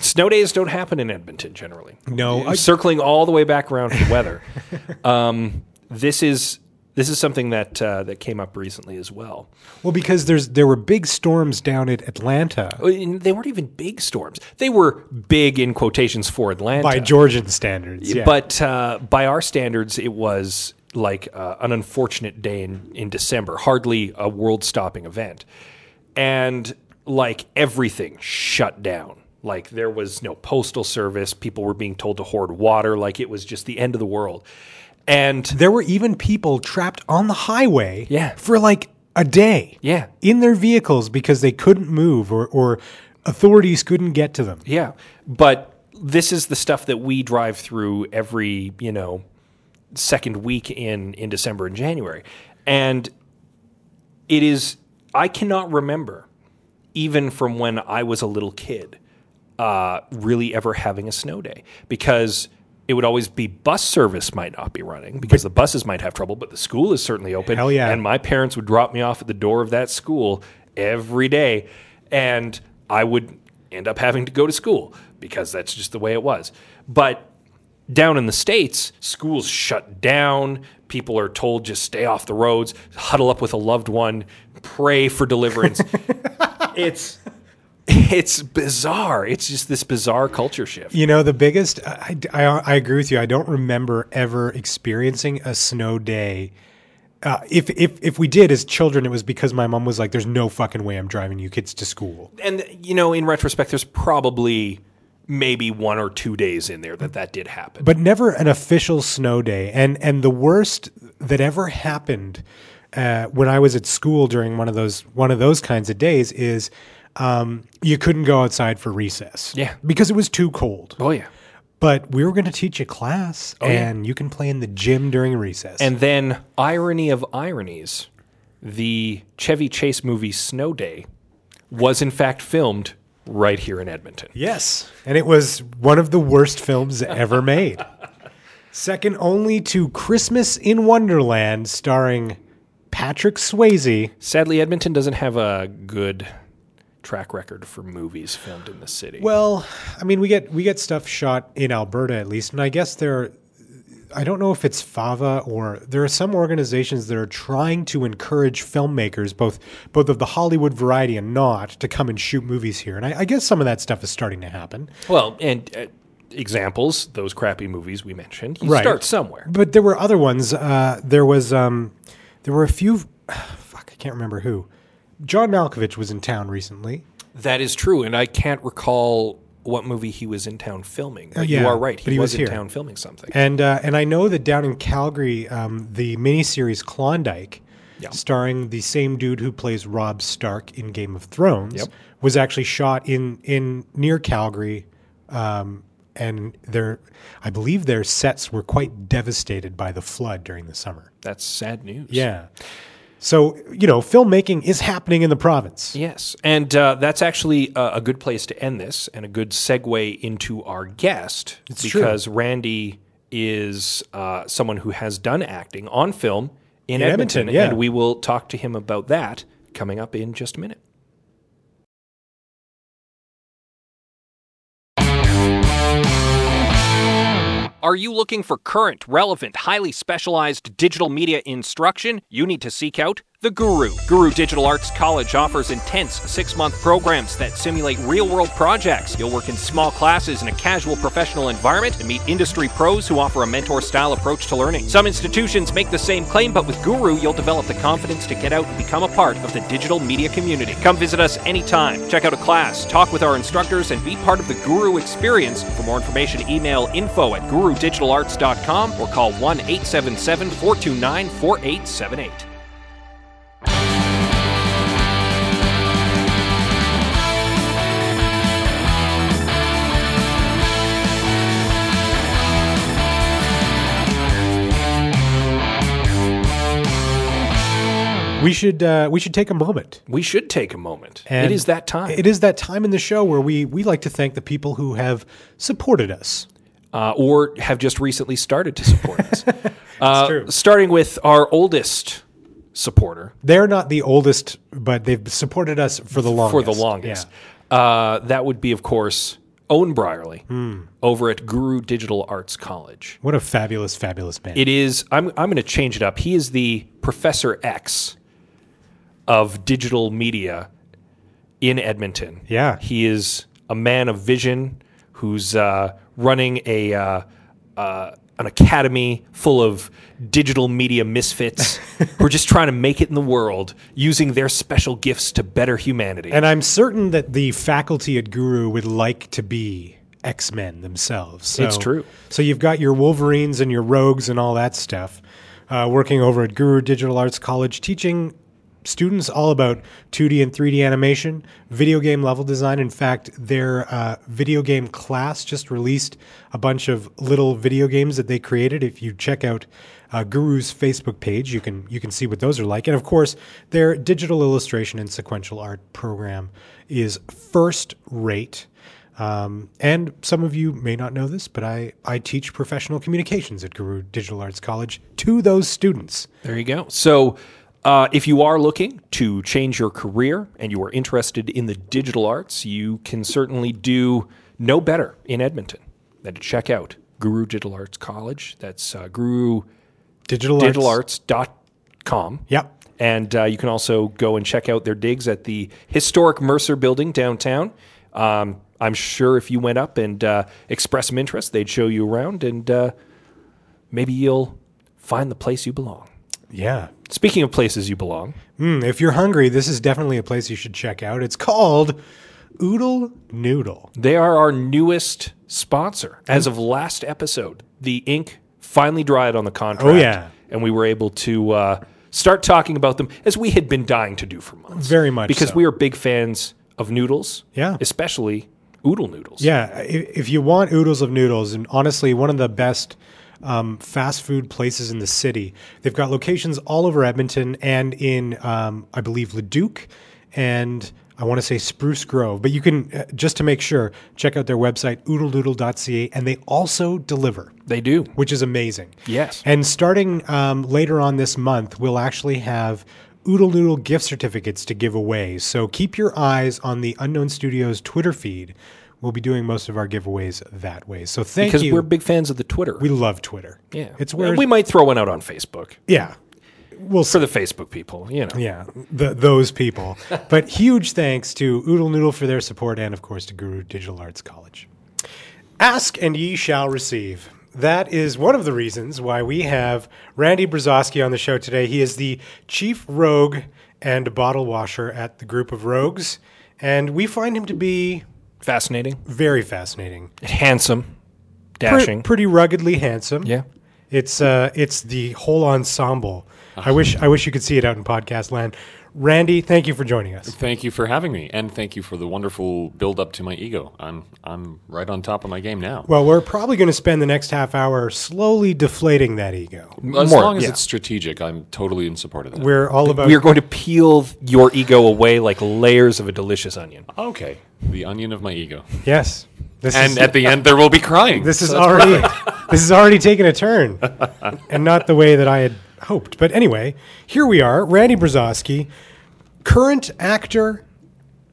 Speaker 2: Snow days don't happen in Edmonton generally.
Speaker 1: No, I-
Speaker 2: Circling all the way back around to the weather. um, this is this is something that uh, that came up recently as well.
Speaker 1: well, because there's there were big storms down at Atlanta
Speaker 2: Uh, And They weren't even big storms. They were big in quotations for Atlanta.
Speaker 1: by Georgian standards. Yeah.
Speaker 2: But uh, by our standards, it was like uh, an unfortunate day in, in December, hardly a world stopping event. And like everything shut down. Like there was no postal service. People were being told to hoard water. Like it was just the end of the world. And
Speaker 1: there were even people trapped on the highway.
Speaker 2: Yeah.
Speaker 1: for like a day.
Speaker 2: yeah,
Speaker 1: in their vehicles because they couldn't move or, or authorities couldn't get to them.
Speaker 2: yeah. But this is the stuff that we drive through every, you know, second week in in December and January. And it is I cannot remember even from when I was a little kid uh, really ever having a snow day because it would always be bus service might not be running because the buses might have trouble, but the school is certainly open.
Speaker 1: Hell yeah.
Speaker 2: And my parents would drop me off at the door of that school every day, and I would end up having to go to school because that's just the way it was. But down in the states, schools shut down. People are told just stay off the roads, huddle up with a loved one, pray for deliverance. it's it's bizarre. It's just this bizarre culture shift.
Speaker 1: You know, the biggest, uh, I, I, I agree with you. I don't remember ever experiencing a snow day. Uh, if, if, if we did as children, it was because my mom was like, there's no fucking way I'm driving you kids to school.
Speaker 2: And you know, in retrospect, there's probably maybe one or two days in there that that did happen.
Speaker 1: but never an official snow day. And and the worst that ever happened uh, when I was at school during one of those one of those kinds of days is um, you couldn't go outside for recess.
Speaker 2: Yeah.
Speaker 1: because it was too cold.
Speaker 2: oh yeah.
Speaker 1: But we were going to teach a class,
Speaker 2: Oh, yeah.
Speaker 1: and you can play in the gym during recess.
Speaker 2: And then irony of ironies, the Chevy Chase movie Snow Day was in fact filmed right here in Edmonton.
Speaker 1: yes, and it was one of the worst films ever made. Second only to Christmas in Wonderland, starring Patrick Swayze.
Speaker 2: Sadly, Edmonton doesn't have a good track record for movies filmed in the city.
Speaker 1: Well, I mean, we get we get stuff shot in Alberta at least, and I guess there. Are, I don't know if it's Fava or there are some organizations that are trying to encourage filmmakers, both both of the Hollywood variety and not, to come and shoot movies here. And I, I guess some of that stuff is starting to happen.
Speaker 2: Well, and uh, examples, those crappy movies we mentioned, you
Speaker 1: Right.
Speaker 2: start somewhere.
Speaker 1: But there were other ones. Uh, there was um, there were a few. Fuck, I can't remember who. John Malkovich was in town recently.
Speaker 2: That is true, and I can't recall what movie he was in town filming. But
Speaker 1: Uh, yeah,
Speaker 2: you are right; he,
Speaker 1: but he
Speaker 2: was,
Speaker 1: was
Speaker 2: in
Speaker 1: here.
Speaker 2: town filming something.
Speaker 1: And uh, and I know that down in Calgary, um, the miniseries Klondike,
Speaker 2: Yeah.
Speaker 1: starring the same dude who plays Rob Stark in Game of Thrones,
Speaker 2: Yep.
Speaker 1: was actually shot in in near Calgary. Um, and their, I believe their sets were quite devastated by the flood during the summer.
Speaker 2: That's sad news.
Speaker 1: Yeah. So you know, filmmaking is happening in the province.
Speaker 2: Yes, and uh, that's actually uh, a good place to end this, and a good segue into our guest
Speaker 1: true.
Speaker 2: because Randy is uh, someone who has done acting on film in,
Speaker 1: In
Speaker 2: Edmonton,
Speaker 1: Edmonton, yeah.
Speaker 2: and we will talk to him about that coming up in just a minute. Are you looking for current, relevant, highly specialized digital media instruction? You need to seek out The Guru. Guru Digital Arts College offers intense six month programs that simulate real world projects. You'll work in small classes in a casual professional environment and meet industry pros who offer a mentor style approach to learning. Some institutions make the same claim, but with Guru, you'll develop the confidence to get out and become a part of the digital media community. Come visit us anytime. Check out a class, talk with our instructors, and be part of the Guru experience. For more information, email info at gurudigitalarts.com or call 1 877 429 4878.
Speaker 1: we should uh, we should take a moment.
Speaker 2: We should take a moment.
Speaker 1: And
Speaker 2: it is that time.
Speaker 1: It is that time in the show where we we like to thank the people who have supported us.
Speaker 2: uh, or have just recently started to support us. Uh,
Speaker 1: true.
Speaker 2: Starting with our oldest supporter
Speaker 1: They're not the oldest, but they've supported us for the longest.
Speaker 2: for the longest. Uh, that would be, of course, Owen Brierly over at Guru Digital Arts College.
Speaker 1: What a fabulous, fabulous band.
Speaker 2: It is, I'm, I'm going to change it up. He is the Professor X of digital media in Edmonton.
Speaker 1: Yeah.
Speaker 2: He is a man of vision who's uh, running a uh, uh, an academy full of digital media misfits who are just trying to make it in the world using their special gifts to better humanity.
Speaker 1: and I'm certain that the faculty at Guru would like to be X Men themselves. So,
Speaker 2: It's true.
Speaker 1: So you've got your Wolverines and your Rogues and all that stuff uh, working over at Guru Digital Arts College, teaching students all about 2D and 3D animation, video game level design. In fact, their uh, video game class just released a bunch of little video games that they created. If you check out uh, Guru's Facebook page, you can you can see what those are like. And of course, their digital illustration and sequential art program is first rate. Um, and some of you may not know this, but I, I teach professional communications at Guru Digital Arts College to those students.
Speaker 2: There you go. So, uh, if you are looking to change your career and you are interested in the digital arts, you can certainly do no better in Edmonton than to check out Guru Digital Arts College. That's uh,
Speaker 1: Digital, arts.
Speaker 2: gurudigitalarts.com.
Speaker 1: Yep.
Speaker 2: And uh, you can also go and check out their digs at the historic Mercer building downtown. Um, I'm sure if you went up and uh, expressed some interest, they'd show you around and uh, maybe you'll find the place you belong.
Speaker 1: Yeah.
Speaker 2: Speaking of places you belong,
Speaker 1: Mm, if you're hungry, this is definitely a place you should check out. It's called Oodle Noodle.
Speaker 2: they are our newest sponsor. As of last episode, the ink finally dried on the contract.
Speaker 1: Oh, yeah.
Speaker 2: And we were able to uh, start talking about them as we had been dying to do for months.
Speaker 1: Very much
Speaker 2: Because
Speaker 1: so.
Speaker 2: we are big fans of noodles.
Speaker 1: Yeah.
Speaker 2: Especially oodle noodles.
Speaker 1: Yeah, i- if you want oodles of noodles, and honestly, one of the best um, fast food places in the city. They've got locations all over Edmonton and in, um, I believe, Leduc, and I want to say Spruce Grove. But you can uh, just to make sure, check out their website oodledoodle.ca, and they also deliver
Speaker 2: They do.
Speaker 1: which is amazing.
Speaker 2: Yes.
Speaker 1: And starting um, later on this month, we'll actually have Oodle Noodle gift certificates to give away. So keep your eyes on the Unknown Studios Twitter feed. We'll be doing most of our giveaways that way. So thank
Speaker 2: Because
Speaker 1: you.
Speaker 2: we're big fans of the Twitter.
Speaker 1: we love Twitter.
Speaker 2: yeah.
Speaker 1: It's where
Speaker 2: we might throw one out on Facebook
Speaker 1: yeah. We'll see.
Speaker 2: for the Facebook people, you know.
Speaker 1: Yeah, the, those people. but huge thanks to Oodle Noodle for their support and, of course, to Guru Digital Arts College. Ask and ye shall receive. That is one of the reasons why we have Randy Brzozowski on the show today. He is the chief rogue and bottle washer at the group of rogues, and we find him to be
Speaker 2: Fascinating,
Speaker 1: very fascinating,
Speaker 2: handsome,
Speaker 1: Pre-
Speaker 2: dashing.
Speaker 1: pretty ruggedly handsome.
Speaker 2: yeah.
Speaker 1: It's uh, it's the whole ensemble. I wish I wish you could see it out in podcast land. Randy, thank you for joining us.
Speaker 4: Thank you for having me, and thank you for the wonderful build up to my ego. I'm I'm right on top of my game now.
Speaker 1: Well, we're probably going to spend the next half hour slowly deflating that ego.
Speaker 4: as
Speaker 2: more,
Speaker 4: long as
Speaker 2: yeah.
Speaker 4: it's strategic, I'm totally in support of that.
Speaker 1: We're all about
Speaker 2: We are going to peel your ego away like layers of a delicious onion.
Speaker 1: Oh.
Speaker 4: okay. The onion of my ego,
Speaker 1: yes. This
Speaker 4: and
Speaker 1: is
Speaker 4: at the end there will be crying.
Speaker 1: this is already this is already taking a turn, and not the way that I had hoped. But anyway, here we are. Randy Brzozowski, current actor.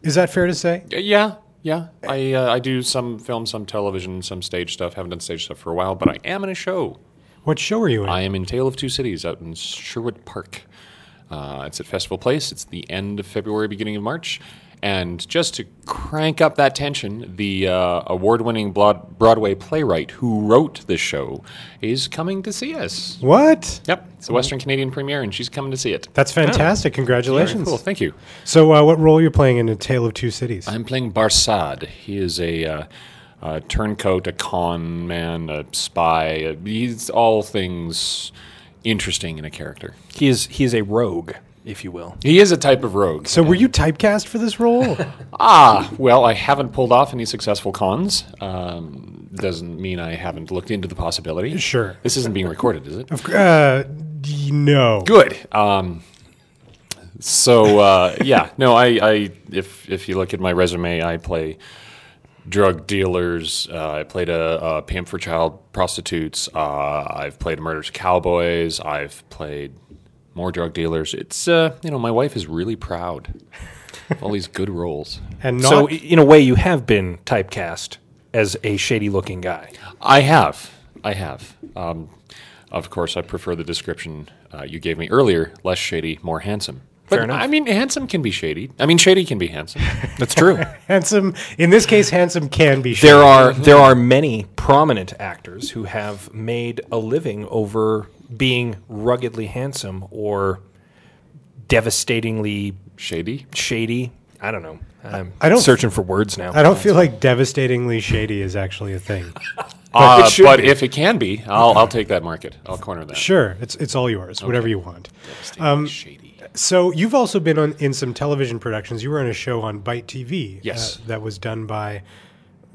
Speaker 1: Is that fair to say?
Speaker 4: Uh, yeah, yeah. I uh, I do some film, some television, some stage stuff. Haven't done stage stuff for a while, but I am in a show.
Speaker 1: What show are you in?
Speaker 4: I am in Tale of Two Cities out in Sherwood Park. Uh, it's at Festival Place. It's the end of February, beginning of March. And just to crank up that tension, the uh, award winning Broadway playwright who wrote the show is coming to see us.
Speaker 1: what?
Speaker 4: Yep, it's a Western Canadian premiere, and she's coming to see it.
Speaker 1: That's fantastic!
Speaker 4: Very
Speaker 1: Congratulations.
Speaker 4: cool. Thank you.
Speaker 1: So, uh, what role are you playing in A Tale of Two Cities?
Speaker 4: I'm playing Barsad. He is a, uh, a turncoat, a con man, a spy. A, he's all things interesting in a character.
Speaker 2: He is he is a rogue, if you will.
Speaker 4: He is a type of rogue.
Speaker 1: so, were you typecast for this role?
Speaker 4: Ah, well, I haven't pulled off any successful cons. Um, doesn't mean I haven't looked into the possibility.
Speaker 1: Sure.
Speaker 4: This isn't being recorded, is it?
Speaker 1: uh, d- no.
Speaker 4: Good. Um, So uh, yeah, no, I, I if if you look at my resume, I play drug dealers. Uh, I played a, a pimp for child prostitutes. Uh, I've played murderous cowboys. I've played more drug dealers. It's uh, you know my wife is really proud. of All these good roles.
Speaker 1: And not
Speaker 2: so i- in a way, you have been typecast as a shady looking guy.
Speaker 4: I have. I have. Um, of course, I prefer the description uh, you gave me earlier less shady, more handsome. But,
Speaker 2: Fair enough.
Speaker 4: I mean, handsome can be shady. I mean, shady can be handsome.
Speaker 2: That's true.
Speaker 1: handsome. In this case, handsome can be.
Speaker 2: there are there are many prominent actors who have made a living over being ruggedly handsome or devastatingly
Speaker 4: shady?
Speaker 2: shady. I don't know. I'm
Speaker 1: I don't-
Speaker 2: searching for words now.
Speaker 1: I don't feel like devastatingly shady is actually a thing.
Speaker 4: Uh,
Speaker 2: should
Speaker 4: but
Speaker 2: be.
Speaker 4: if it can be, I'll, I'll take that market. I'll corner that.
Speaker 1: Sure, it's it's all yours, whatever you want.
Speaker 4: shady.
Speaker 1: So you've also been on in some television productions. You were on a show on Byte TV.
Speaker 4: Yes.
Speaker 1: uh, that was done by.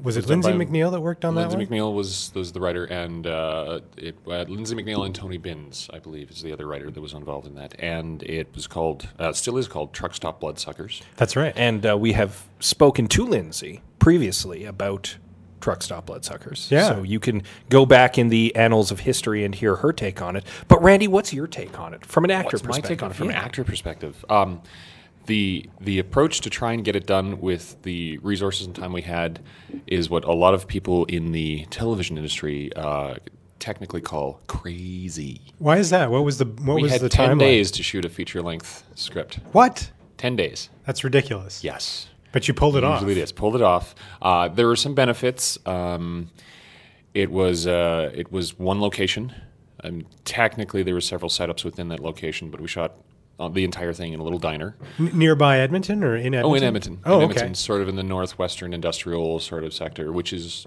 Speaker 1: Was it,
Speaker 4: done
Speaker 1: Lindsay
Speaker 4: by
Speaker 1: McNeil that worked on
Speaker 4: Lindsay
Speaker 1: that one?
Speaker 4: McNeil was was the writer, and uh, it uh, Lindsay McNeil and Tony Binns, I believe, is the other writer that was involved in that. And it was called, uh, still is called, Truck Stop Bloodsuckers.
Speaker 1: That's right.
Speaker 2: And uh, we have spoken to Lindsay previously about truck stop bloodsuckers.
Speaker 1: Yeah.
Speaker 2: So you can go back in the annals of history and hear her take on it. But Randy, what's your take on it from an actor
Speaker 4: What's my
Speaker 2: perspective?
Speaker 4: take on it from
Speaker 2: Yeah.
Speaker 4: an actor perspective? Um, the the approach to try and get it done with the resources and time we had is what a lot of people in the television industry uh, technically call crazy.
Speaker 1: Why is that? What was the what
Speaker 4: we
Speaker 1: was
Speaker 4: had
Speaker 1: the
Speaker 4: ten
Speaker 1: timeline?
Speaker 4: days to shoot a feature length script.
Speaker 1: What?
Speaker 4: Ten days.
Speaker 1: That's ridiculous.
Speaker 4: Yes.
Speaker 1: But you pulled it off.
Speaker 4: Usually it is. Pulled it off. Uh, there were some benefits. Um, it was uh, it was one location. Um, technically, there were several setups within that location, but we shot uh, the entire thing in a little diner.
Speaker 1: N- nearby Edmonton or in Edmonton?
Speaker 4: Oh, in Edmonton.
Speaker 1: Oh,
Speaker 4: in
Speaker 1: okay.
Speaker 4: Edmonton, sort of in the northwestern industrial sort of sector, which is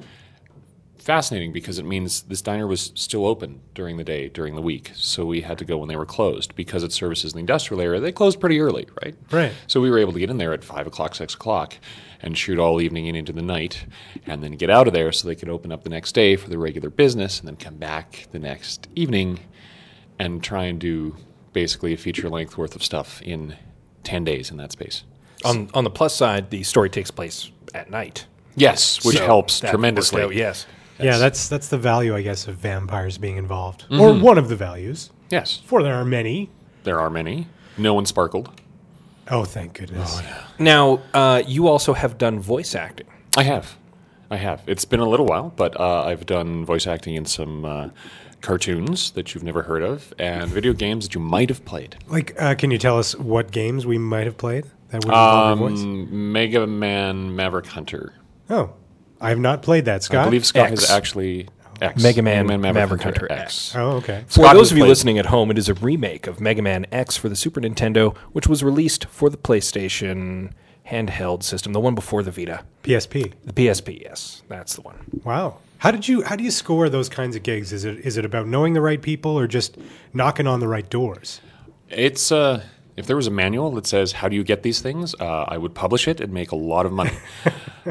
Speaker 4: fascinating because it means this diner was still open during the day, during the week. So we had to go when they were closed because it services the industrial area. They closed pretty early, right?
Speaker 1: Right.
Speaker 4: So we were able to get in there at five o'clock, six o'clock, and shoot all evening and into the night, and then get out of there so they could open up the next day for their regular business, and then come back the next evening and try and do basically a feature length worth of stuff in ten days in that space.
Speaker 2: On on the plus side, the story takes place at night,
Speaker 4: Yes, which
Speaker 2: So
Speaker 4: helps
Speaker 2: that
Speaker 4: tremendously.
Speaker 2: worked out, yes.
Speaker 1: Yeah, that's that's the value, I guess, of vampires being involved,
Speaker 4: Mm-hmm.
Speaker 1: or one of the values.
Speaker 4: Yes,
Speaker 1: For there are many.
Speaker 4: there are many. No one sparkled.
Speaker 1: Oh, thank goodness.
Speaker 2: Now, uh, you also have done voice acting.
Speaker 4: I have, I have. It's been a little while, but uh, I've done voice acting in some uh, cartoons that you've never heard of and video games that you might have played.
Speaker 1: Like, uh, can you tell us what games we might have played that would involve your voice?
Speaker 4: Um, Mega Man, Maverick Hunter.
Speaker 1: Oh, I have not played that, Scott.
Speaker 4: I believe Scott
Speaker 2: X.
Speaker 4: is actually X.
Speaker 2: Mega Man, Maverick Hunter X.
Speaker 1: oh, okay.
Speaker 2: For
Speaker 4: Scott
Speaker 2: those
Speaker 4: has
Speaker 2: of you
Speaker 4: played-
Speaker 2: listening at home, it is a remake of Mega Man X for the Super Nintendo, which was released for the PlayStation handheld system, the one before the Vita.
Speaker 1: PSP.
Speaker 2: The PSP, yes, that's the one.
Speaker 1: Wow. How did you how do you score those kinds of gigs? Is it is it about knowing the right people or just knocking on the right doors?
Speaker 4: It's uh, if there was a manual that says how do you get these things, uh, I would publish it and make a lot of money.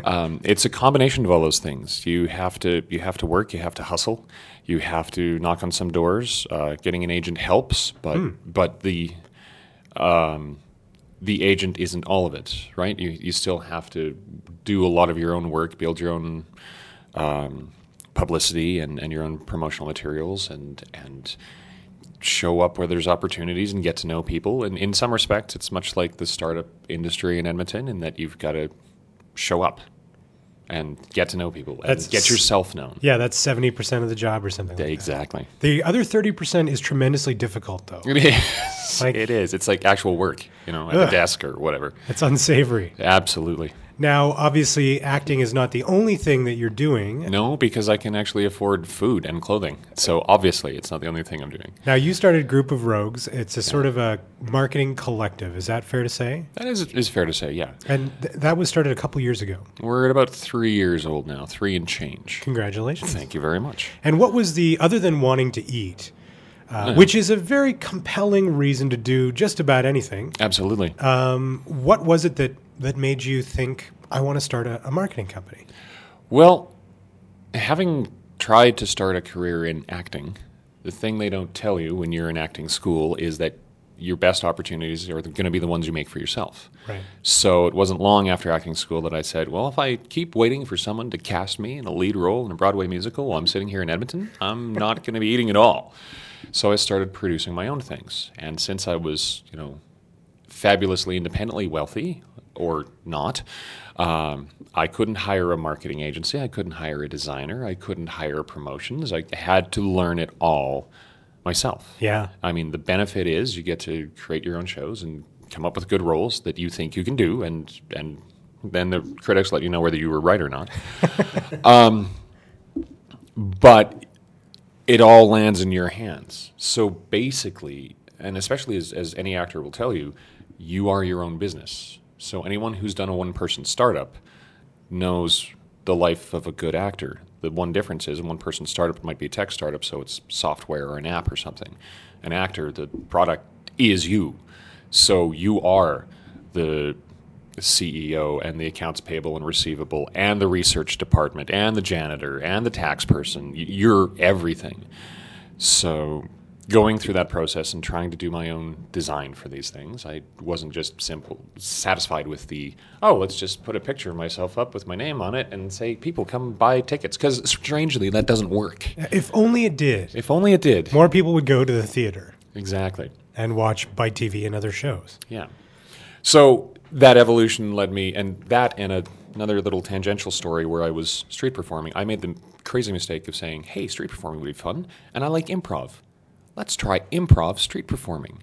Speaker 4: um, it's a combination of all those things. You have to you have to work, you have to hustle, you have to knock on some doors. Uh, getting an agent helps, but but the the agent isn't all of it, right? You, you still have to do a lot of your own work, build your own um, publicity and, and your own promotional materials and, and show up where there's opportunities and get to know people. And in some respects, it's much like the startup industry in Edmonton in that you've got to show up and get to know people and
Speaker 1: That's-
Speaker 4: get yourself known.
Speaker 1: Yeah, that's seventy percent of the job or something. Like that.
Speaker 4: Exactly.
Speaker 1: The other thirty percent is tremendously difficult, though.
Speaker 4: It is.
Speaker 1: Like-
Speaker 4: it is. It's like actual work, you know, at
Speaker 1: Ugh.
Speaker 4: a desk or whatever.
Speaker 1: It's unsavory.
Speaker 4: Absolutely.
Speaker 1: Now, obviously, acting is not the only thing that you're doing.
Speaker 4: No, because I can actually afford food and clothing. So obviously, it's not the only thing I'm doing.
Speaker 1: Now, you started Group of Rogues. It's a sort of a marketing collective. Is that fair to say?
Speaker 4: That is is fair to say. Yeah,
Speaker 1: And th- that was started a couple years ago.
Speaker 4: we're at about three years old now, three and change.
Speaker 1: Congratulations.
Speaker 4: Thank you very much.
Speaker 1: And what was the other than wanting to eat, uh, which is a very compelling reason to do just about anything?
Speaker 4: Absolutely.
Speaker 1: What was it that that made you think I want to start a, a marketing company?
Speaker 4: Well, having tried to start a career in acting, the thing they don't tell you when you're in acting school is that your best opportunities are going to be the ones you make for yourself.
Speaker 1: Right.
Speaker 4: So it wasn't long after acting school that I said, well, if I keep waiting for someone to cast me in a lead role in a Broadway musical while I'm sitting here in Edmonton, I'm not going to be eating at all. So I started producing my own things. And since I was, you know, fabulously independently wealthy or not. Um, I couldn't hire a marketing agency. I couldn't hire a designer. I couldn't hire promotions. I had to learn it all myself.
Speaker 1: Yeah.
Speaker 4: I mean, the benefit is you get to create your own shows and come up with good roles that you think you can do, and and then the critics let you know whether you were right or not. um, but it all lands in your hands. So basically, and especially as, as any actor will tell you, you are your own business. So anyone who's done a one person startup knows the life of a good actor. The one difference is a one person startup might be a tech startup, so it's software or an app or something. An actor, the product is you. So you are the CEO and the accounts payable and receivable and the research department and the janitor and the tax person. Y- You're everything. So going through that process and trying to do my own design for these things, I wasn't just simple satisfied with the oh, let's just put a picture of myself up with my name on it and say people come buy tickets because strangely that doesn't work.
Speaker 1: If only it did,
Speaker 4: If only it did.
Speaker 1: more people would go to the theater
Speaker 4: Exactly.
Speaker 1: and watch Bite TV and other shows.
Speaker 4: Yeah. So that evolution led me, and that and a, another little tangential story where I was street performing. I made the crazy mistake of saying, hey, street performing would be fun, and I like improv. Let's try improv street performing.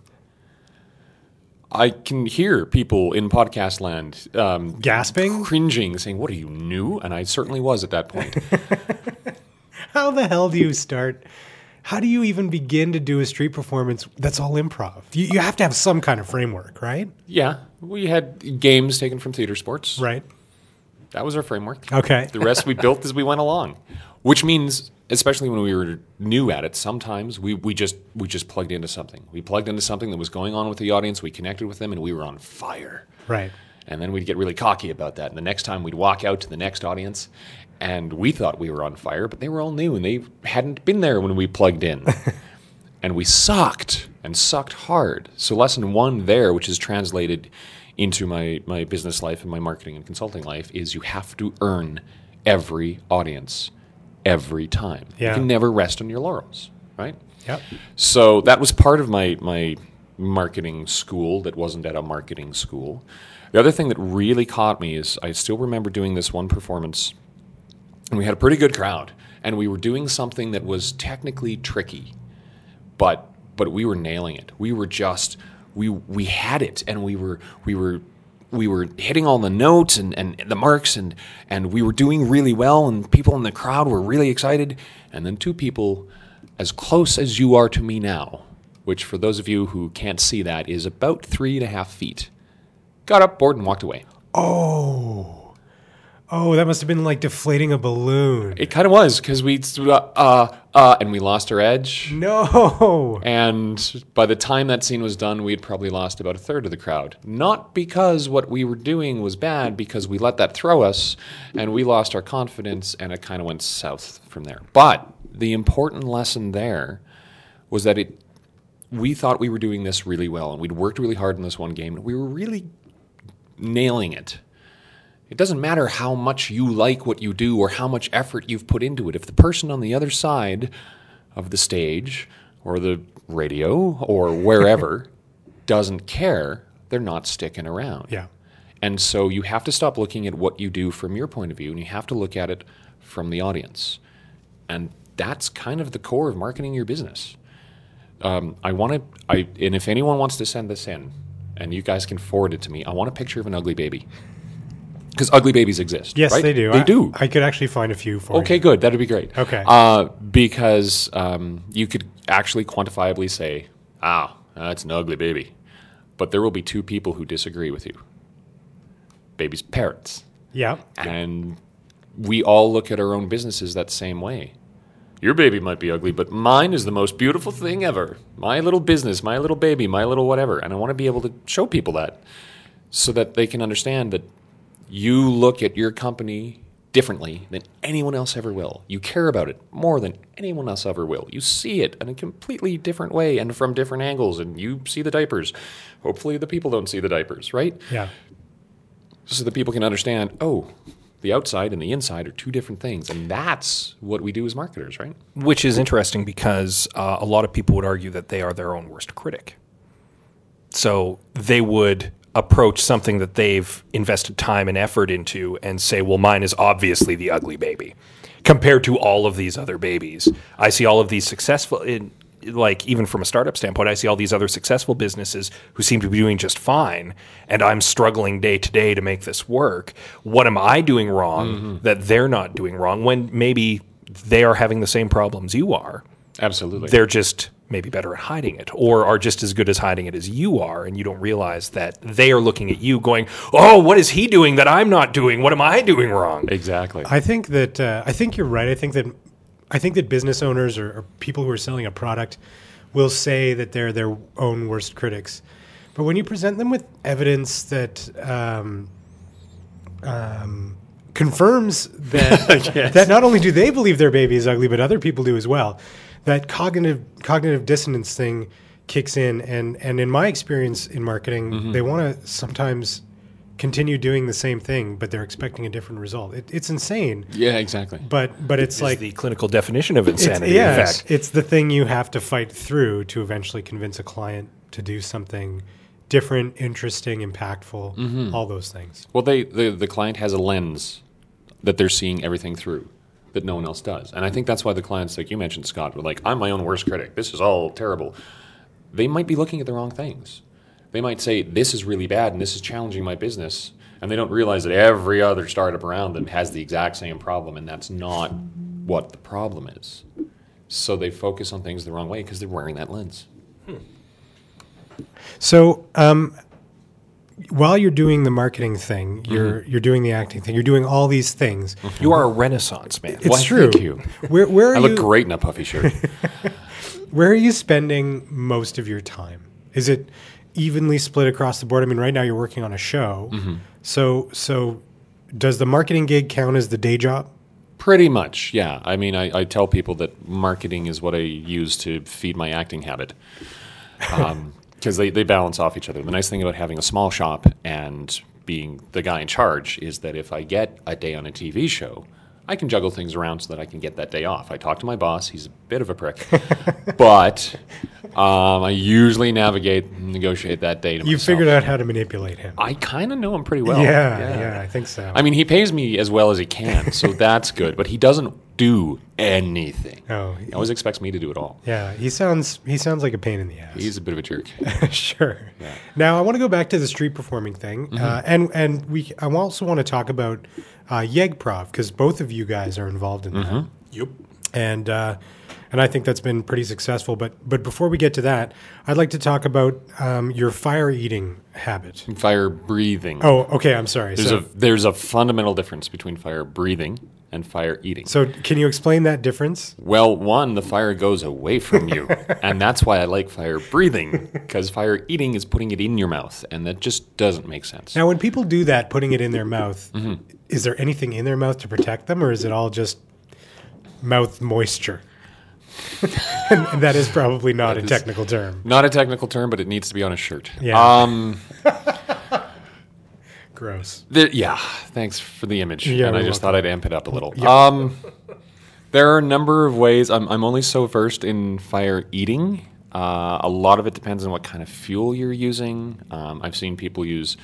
Speaker 4: I can hear people in podcast land um,
Speaker 1: Gasping?
Speaker 4: cringing, saying, What are you new? And I certainly was at that point.
Speaker 1: How the hell do you start? How do you even begin to do a street performance that's all improv? You, you have to have some kind of framework, right?
Speaker 4: yeah, we had games taken from theater sports.
Speaker 1: Right.
Speaker 4: That was our framework.
Speaker 1: Okay.
Speaker 4: The rest we built as we went along, which means, especially when we were new at it, sometimes we, we just we just plugged into something. We plugged into something that was going on with the audience. We connected with them, and we were on fire.
Speaker 1: Right.
Speaker 4: And then we'd get really cocky about that. And the next time we'd walk out to the next audience, and we thought we were on fire, but they were all new and they hadn't been there when we plugged in. and we sucked and sucked hard. So lesson one there, which is translated into my my business life and my marketing and consulting life, is you have to earn every audience every time.
Speaker 1: Yeah.
Speaker 4: You can never rest on your laurels, right?
Speaker 1: Yep.
Speaker 4: So that was part of my my marketing school that wasn't at a marketing school. The other thing that really caught me is I still remember doing this one performance and we had a pretty good crowd and we were doing something that was technically tricky but but we were nailing it we were just we we had it and we were we were we were hitting all the notes and, and the marks and and we were doing really well and people in the crowd were really excited and then two people as close as you are to me now which for those of you who can't see that is about three and a half feet got up bored and walked away
Speaker 1: Oh, that must have been like deflating a balloon.
Speaker 4: it kind of was because we stood up, uh uh and we lost our edge
Speaker 1: No.
Speaker 4: And by the time that scene was done, we had probably lost about a third of the crowd. Not because what we were doing was bad, because we let that throw us and we lost our confidence and it kind of went south from there. But the important lesson there was that it we thought we were doing this really well and we'd worked really hard in this one game and we were really nailing it. It doesn't matter how much you like what you do or how much effort you've put into it. If the person on the other side of the stage or the radio or wherever doesn't care, they're not sticking around.
Speaker 1: Yeah.
Speaker 4: And so you have to stop looking at what you do from your point of view and you have to look at it from the audience. And that's kind of the core of marketing your business. Um, I want to, I, and if anyone wants to send this in, and you guys can forward it to me, I want a picture of an ugly baby. Because ugly babies exist.
Speaker 1: Yes,
Speaker 4: right?
Speaker 1: they do.
Speaker 4: They
Speaker 1: I,
Speaker 4: do.
Speaker 1: I could actually find a few for
Speaker 4: Okay,
Speaker 1: you.
Speaker 4: good. That'd be great.
Speaker 1: Okay.
Speaker 4: Uh, because um, you could actually quantifiably say, ah, that's an ugly baby. But there will be two people who disagree with you baby's parents.
Speaker 1: Yeah.
Speaker 4: And we all look at our own businesses that same way. Your baby might be ugly, but mine is the most beautiful thing ever. My little business, my little baby, my little whatever. And I want to be able to show people that so that they can understand that you look at your company differently than anyone else ever will. You care about it more than anyone else ever will. You see it in a completely different way and from different angles, and you see the diapers. Hopefully, the people don't see the diapers, right?
Speaker 1: Yeah.
Speaker 4: so that people can understand oh the outside and the inside are two different things and that's what we do as marketers right
Speaker 2: Which is interesting because uh, a lot of people would argue that they are their own worst critic. So they would approach something that they've invested time and effort into and say, well, mine is obviously the ugly baby compared to all of these other babies. I see all of these successful, in, like even from a startup standpoint, I see all these other successful businesses who seem to be doing just fine. And I'm struggling day to day to make this work. What am I doing wrong that they're not doing wrong when maybe they are having the same problems you are?
Speaker 4: absolutely
Speaker 2: they're just maybe better at hiding it or are just as good as hiding it as you are and you don't realize that they are looking at you going oh what is he doing that i'm not doing what am i doing wrong
Speaker 4: exactly
Speaker 1: I think that uh, I think you're right. I think that I think that business owners or, or people who are selling a product will say that they're their own worst critics. But when you present them with evidence that um, um, confirms that that not only do they believe their baby is ugly, but other people do as well, that cognitive cognitive dissonance thing kicks in. And and in my experience in marketing,
Speaker 2: Mm-hmm.
Speaker 1: they want to sometimes continue doing the same thing, but they're expecting a different result. It, it's insane.
Speaker 4: yeah exactly
Speaker 1: But but it's
Speaker 2: It's
Speaker 1: like
Speaker 2: the clinical definition of insanity
Speaker 1: it's, yeah,
Speaker 2: in fact
Speaker 1: it's- it's the thing you have to fight through to eventually convince a client to do something different, interesting, impactful,
Speaker 2: Mm-hmm.
Speaker 1: all those things.
Speaker 4: well they the, the client has a lens that they're seeing everything through that no one else does and i think that's why the clients like you mentioned scott were like i'm my own worst critic this is all terrible they might be looking at the wrong things they might say this is really bad and this is challenging my business and they don't realize that every other startup around them has the exact same problem and that's not what the problem is so they focus on things the wrong way because they're wearing that lens
Speaker 1: So um, while you're doing the marketing thing, you're
Speaker 4: Mm-hmm.
Speaker 1: you're doing the acting thing, you're doing all these things.
Speaker 2: you are a renaissance man
Speaker 1: It's
Speaker 4: Why,
Speaker 1: true.
Speaker 4: thank you.
Speaker 1: Where where are
Speaker 4: i look
Speaker 1: you
Speaker 4: great in a puffy shirt
Speaker 1: where are you spending most of your time? Is it evenly split across the board? I mean, right now you're working on a show,
Speaker 4: Mm-hmm.
Speaker 1: so so does the marketing gig count as the day job?
Speaker 4: Pretty much, yeah. I mean, I, I tell people that marketing is what I use to feed my acting habit because they, they balance off each other. The nice thing about having a small shop and being the guy in charge is that if I get a day on a TV show, I can juggle things around so that I can get that day off. I talk to my boss, he's a bit of a prick, but um, I usually navigate and negotiate that day to
Speaker 1: You
Speaker 4: myself.
Speaker 1: figured out how to manipulate him.
Speaker 4: I kind of know him pretty well.
Speaker 1: yeah, yeah, I think so.
Speaker 4: I mean, he pays me as well as he can, so that's good. But he doesn't do anything.
Speaker 1: Oh,
Speaker 4: He always expects me to do it all.
Speaker 1: yeah. He sounds he sounds like a pain in the ass.
Speaker 4: He's a bit of a jerk.
Speaker 1: sure. Now I want to go back to the street performing thing, uh,
Speaker 4: Mm-hmm.
Speaker 1: and and we I also want to talk about uh, Yegprov because both of you guys are involved in
Speaker 4: Mm-hmm.
Speaker 1: that.
Speaker 2: Yep.
Speaker 1: and uh, and I think that's been pretty successful. But but before we get to that, I'd like to talk about um, your fire eating habit.
Speaker 4: Fire breathing.
Speaker 1: Oh, okay. I'm sorry.
Speaker 4: Mm. there's
Speaker 1: so,
Speaker 4: a there's a fundamental difference between fire breathing and fire eating.
Speaker 1: so can you explain that difference?
Speaker 4: well, one, the fire goes away from you, and that's why I like fire breathing because fire eating is putting it in your mouth, and that just doesn't make sense.
Speaker 1: Now, when people do that, putting it in their mouth,
Speaker 4: Mm-hmm.
Speaker 1: is there anything in their mouth to protect them, or is it all just mouth moisture? and, and that is probably not a
Speaker 4: is-
Speaker 1: technical term.
Speaker 4: Not a technical term, but it needs to be on a shirt.
Speaker 1: Yeah.
Speaker 4: Um,
Speaker 1: Gross.
Speaker 4: There, yeah, thanks for the image.
Speaker 1: Yeah,
Speaker 4: and I
Speaker 1: you're
Speaker 4: just thought I'd amp it up a little. Um, there are a number of ways. I'm, I'm only so versed in fire eating. Uh, a lot of it depends on what kind of fuel you're using. Um, I've seen people use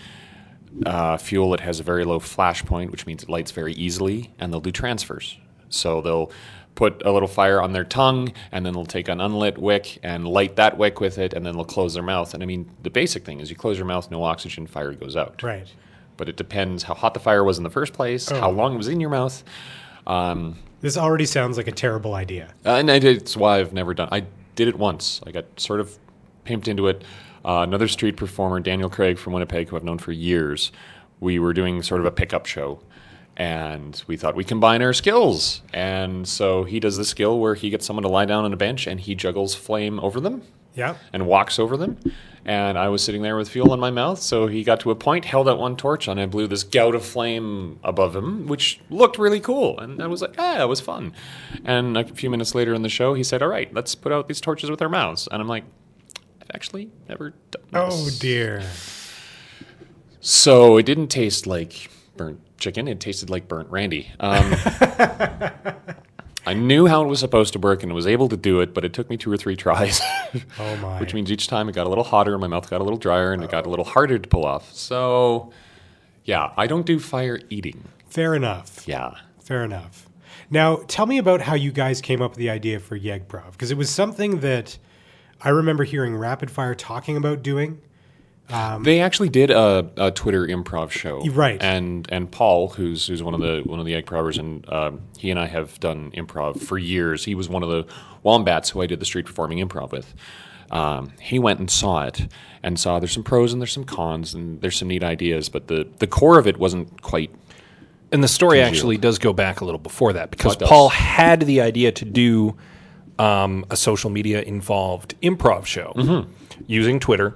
Speaker 4: uh, fuel that has a very low flash point, which means it lights very easily, and they'll do transfers. So they'll put a little fire on their tongue, and then they'll take an unlit wick and light that wick with it, and then they'll close their mouth. And I mean, the basic thing is you close your mouth, no oxygen, fire goes out
Speaker 1: Right.
Speaker 4: but it depends how hot the fire was in the first place, how long it was in your mouth. Um,
Speaker 1: This already sounds like a terrible idea.
Speaker 4: and I did- it's why I've never done. I did it once. I got sort of pimped into it. Uh, another street performer, Daniel Craig from Winnipeg, who I've known for years, we were doing sort of a pickup show, and we thought we combine our skills. And so he does the skill where he gets someone to lie down on a bench and he juggles flame over them.
Speaker 1: Yeah.
Speaker 4: and walks over them. And I was sitting there with fuel in my mouth, so he got to a point, held out one torch, and I blew this gout of flame above him, which looked really cool. And I was like, ah, that was fun. And a few minutes later in the show, he said, all right, let's put out these torches with our mouths. And I'm like, I've actually never done
Speaker 1: Oh
Speaker 4: this.
Speaker 1: dear.
Speaker 4: So it didn't taste like burnt chicken. It tasted like burnt Randy. Um, I knew how it was supposed to work and was able to do it, but it took me two or three tries,
Speaker 1: Oh my.
Speaker 4: which means each time it got a little hotter, my mouth got a little drier, and it got a little harder to pull off. So, yeah, I don't do fire eating.
Speaker 1: Fair enough.
Speaker 4: Yeah.
Speaker 1: Fair enough. Now, tell me about how you guys came up with the idea for Yegprov because it was something that I remember hearing Rapid Fire talking about doing.
Speaker 4: Um, They actually did a, a Twitter improv show,
Speaker 1: Right.
Speaker 4: And and Paul, who's who's one of the one of the egg provers, and um, he and I have done improv for years. He was one of the wombats who I did the street performing improv with. Um, he went and saw it and saw there's some pros and there's some cons and there's some neat ideas, but the the core of it wasn't quite
Speaker 2: And the story actually does go back a little before that because
Speaker 4: Oh, it does.
Speaker 2: Paul had the idea to do um, a social media involved improv show
Speaker 4: Mm-hmm.
Speaker 2: using Twitter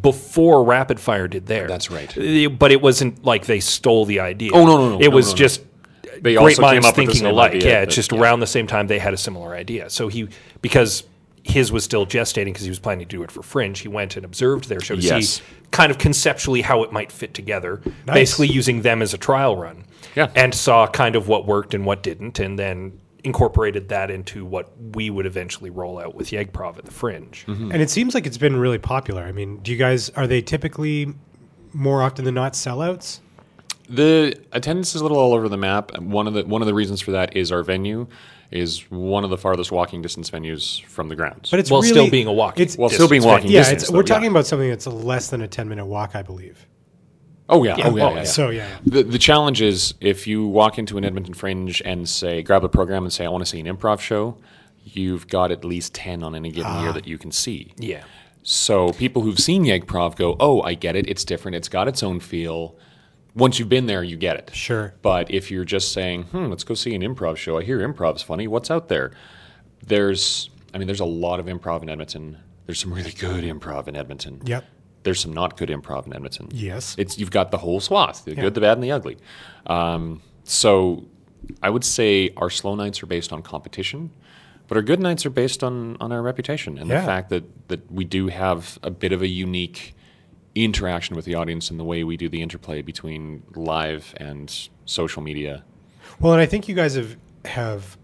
Speaker 2: before Rapid Fire did theirs.
Speaker 4: That's right.
Speaker 2: Uh, But it wasn't like they stole the idea.
Speaker 4: Oh, no, no, no,
Speaker 2: It
Speaker 4: no,
Speaker 2: was
Speaker 4: no, no.
Speaker 2: just
Speaker 4: They
Speaker 2: great
Speaker 4: also came
Speaker 2: minds
Speaker 4: up with the
Speaker 2: thinking
Speaker 4: same
Speaker 2: alike.
Speaker 4: idea,
Speaker 2: yeah, it's
Speaker 4: but-
Speaker 2: just
Speaker 4: yeah.
Speaker 2: around the same time they had a similar idea. So he because his was still gestating because he was planning to do it for Fringe. He went and observed their show to
Speaker 4: Yes.
Speaker 2: see kind of conceptually how it might fit together.
Speaker 1: Nice.
Speaker 2: Basically, using them as a trial run.
Speaker 4: Yeah.
Speaker 2: And saw kind of what worked and what didn't, and then incorporated that into what we would eventually roll out with Yegprov at the Fringe.
Speaker 4: Mm-hmm.
Speaker 1: And it seems like it's been really popular. I mean, do you guys are they typically more often than not sellouts?
Speaker 4: The attendance is a little all over the map. One of the one of the reasons for that is our venue is one of the farthest walking distance venues from the grounds.
Speaker 1: But it's
Speaker 2: While
Speaker 1: really,
Speaker 2: still being a walking
Speaker 1: It's,
Speaker 4: While still being
Speaker 2: distance
Speaker 4: walking
Speaker 1: yeah,
Speaker 4: distance,
Speaker 1: it's,
Speaker 4: though,
Speaker 1: we're
Speaker 4: yeah.
Speaker 1: talking about something that's less than a ten minute walk, I believe.
Speaker 4: oh yeah, oh yeah,
Speaker 2: oh,
Speaker 4: yeah, yeah.
Speaker 1: So yeah,
Speaker 4: The, the challenge is if you walk into an Edmonton Fringe and say, grab a program and say, I want to see an improv show, you've got at least 10 on any given
Speaker 1: Ah.
Speaker 4: year that you can see.
Speaker 2: Yeah.
Speaker 4: So people who've seen Yegprov go, oh, I get it. It's different. It's got its own feel. Once you've been there, you get it.
Speaker 1: Sure.
Speaker 4: But if you're just saying, hmm, let's go see an improv show, I hear improv's funny. What's out there? There's, I mean, there's a lot of improv in Edmonton. There's some really good improv in Edmonton.
Speaker 1: Yep.
Speaker 4: There's some not good improv in Edmonton.
Speaker 1: Yes.
Speaker 4: It's you've got the whole swath: the good, the bad, and the ugly. Um, so, I would say our slow nights are based on competition, but our good nights are based on on our reputation and
Speaker 1: Yeah.
Speaker 4: the fact that that we do have a bit of a unique interaction with the audience in the way we do the interplay between live and social media.
Speaker 1: Well, and I think you guys have have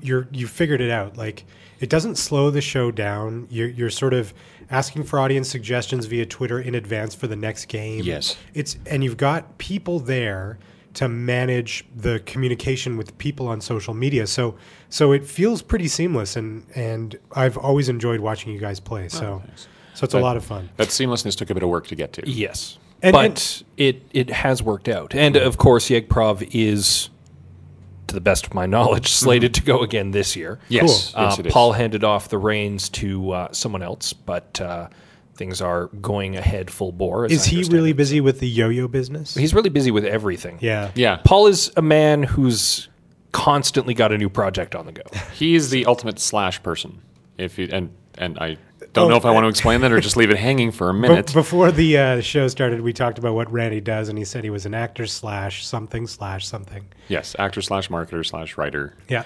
Speaker 1: you're you figured it out. Like it doesn't slow the show down. You're, you're sort of asking for audience suggestions via Twitter in advance for the next game.
Speaker 4: Yes.
Speaker 1: it's and you've got people there to manage the communication with people on social media. So so it feels pretty seamless, and and I've always enjoyed watching you guys play. So so it's a lot of fun.
Speaker 4: That seamlessness took a bit of work to get to.
Speaker 2: Yes.
Speaker 1: And-
Speaker 2: but it it has worked out. And of course Yegprov is to the best of my knowledge
Speaker 1: Mm-hmm.
Speaker 2: slated to go again this year.
Speaker 4: Yes,
Speaker 2: Uh,
Speaker 4: yes, it is.
Speaker 2: Paul handed off the reins to uh, someone else, but uh, things are going ahead full bore. as
Speaker 1: Is
Speaker 2: I
Speaker 1: he
Speaker 2: understand
Speaker 1: really
Speaker 2: it.
Speaker 1: busy with the yo-yo business?
Speaker 2: He's really busy with everything.
Speaker 1: yeah.
Speaker 4: Yeah,
Speaker 2: Paul is a man who's constantly got a new project on the go.
Speaker 4: he is the ultimate slash person. If you and and I don't
Speaker 1: Oh.
Speaker 4: know if I want to explain that or just leave it hanging for a
Speaker 1: But
Speaker 4: minute.
Speaker 1: before the uh, show started, we talked about what Randy does, and he said he was an actor slash something slash something.
Speaker 4: Yes, actor slash marketer slash writer.
Speaker 1: Yeah,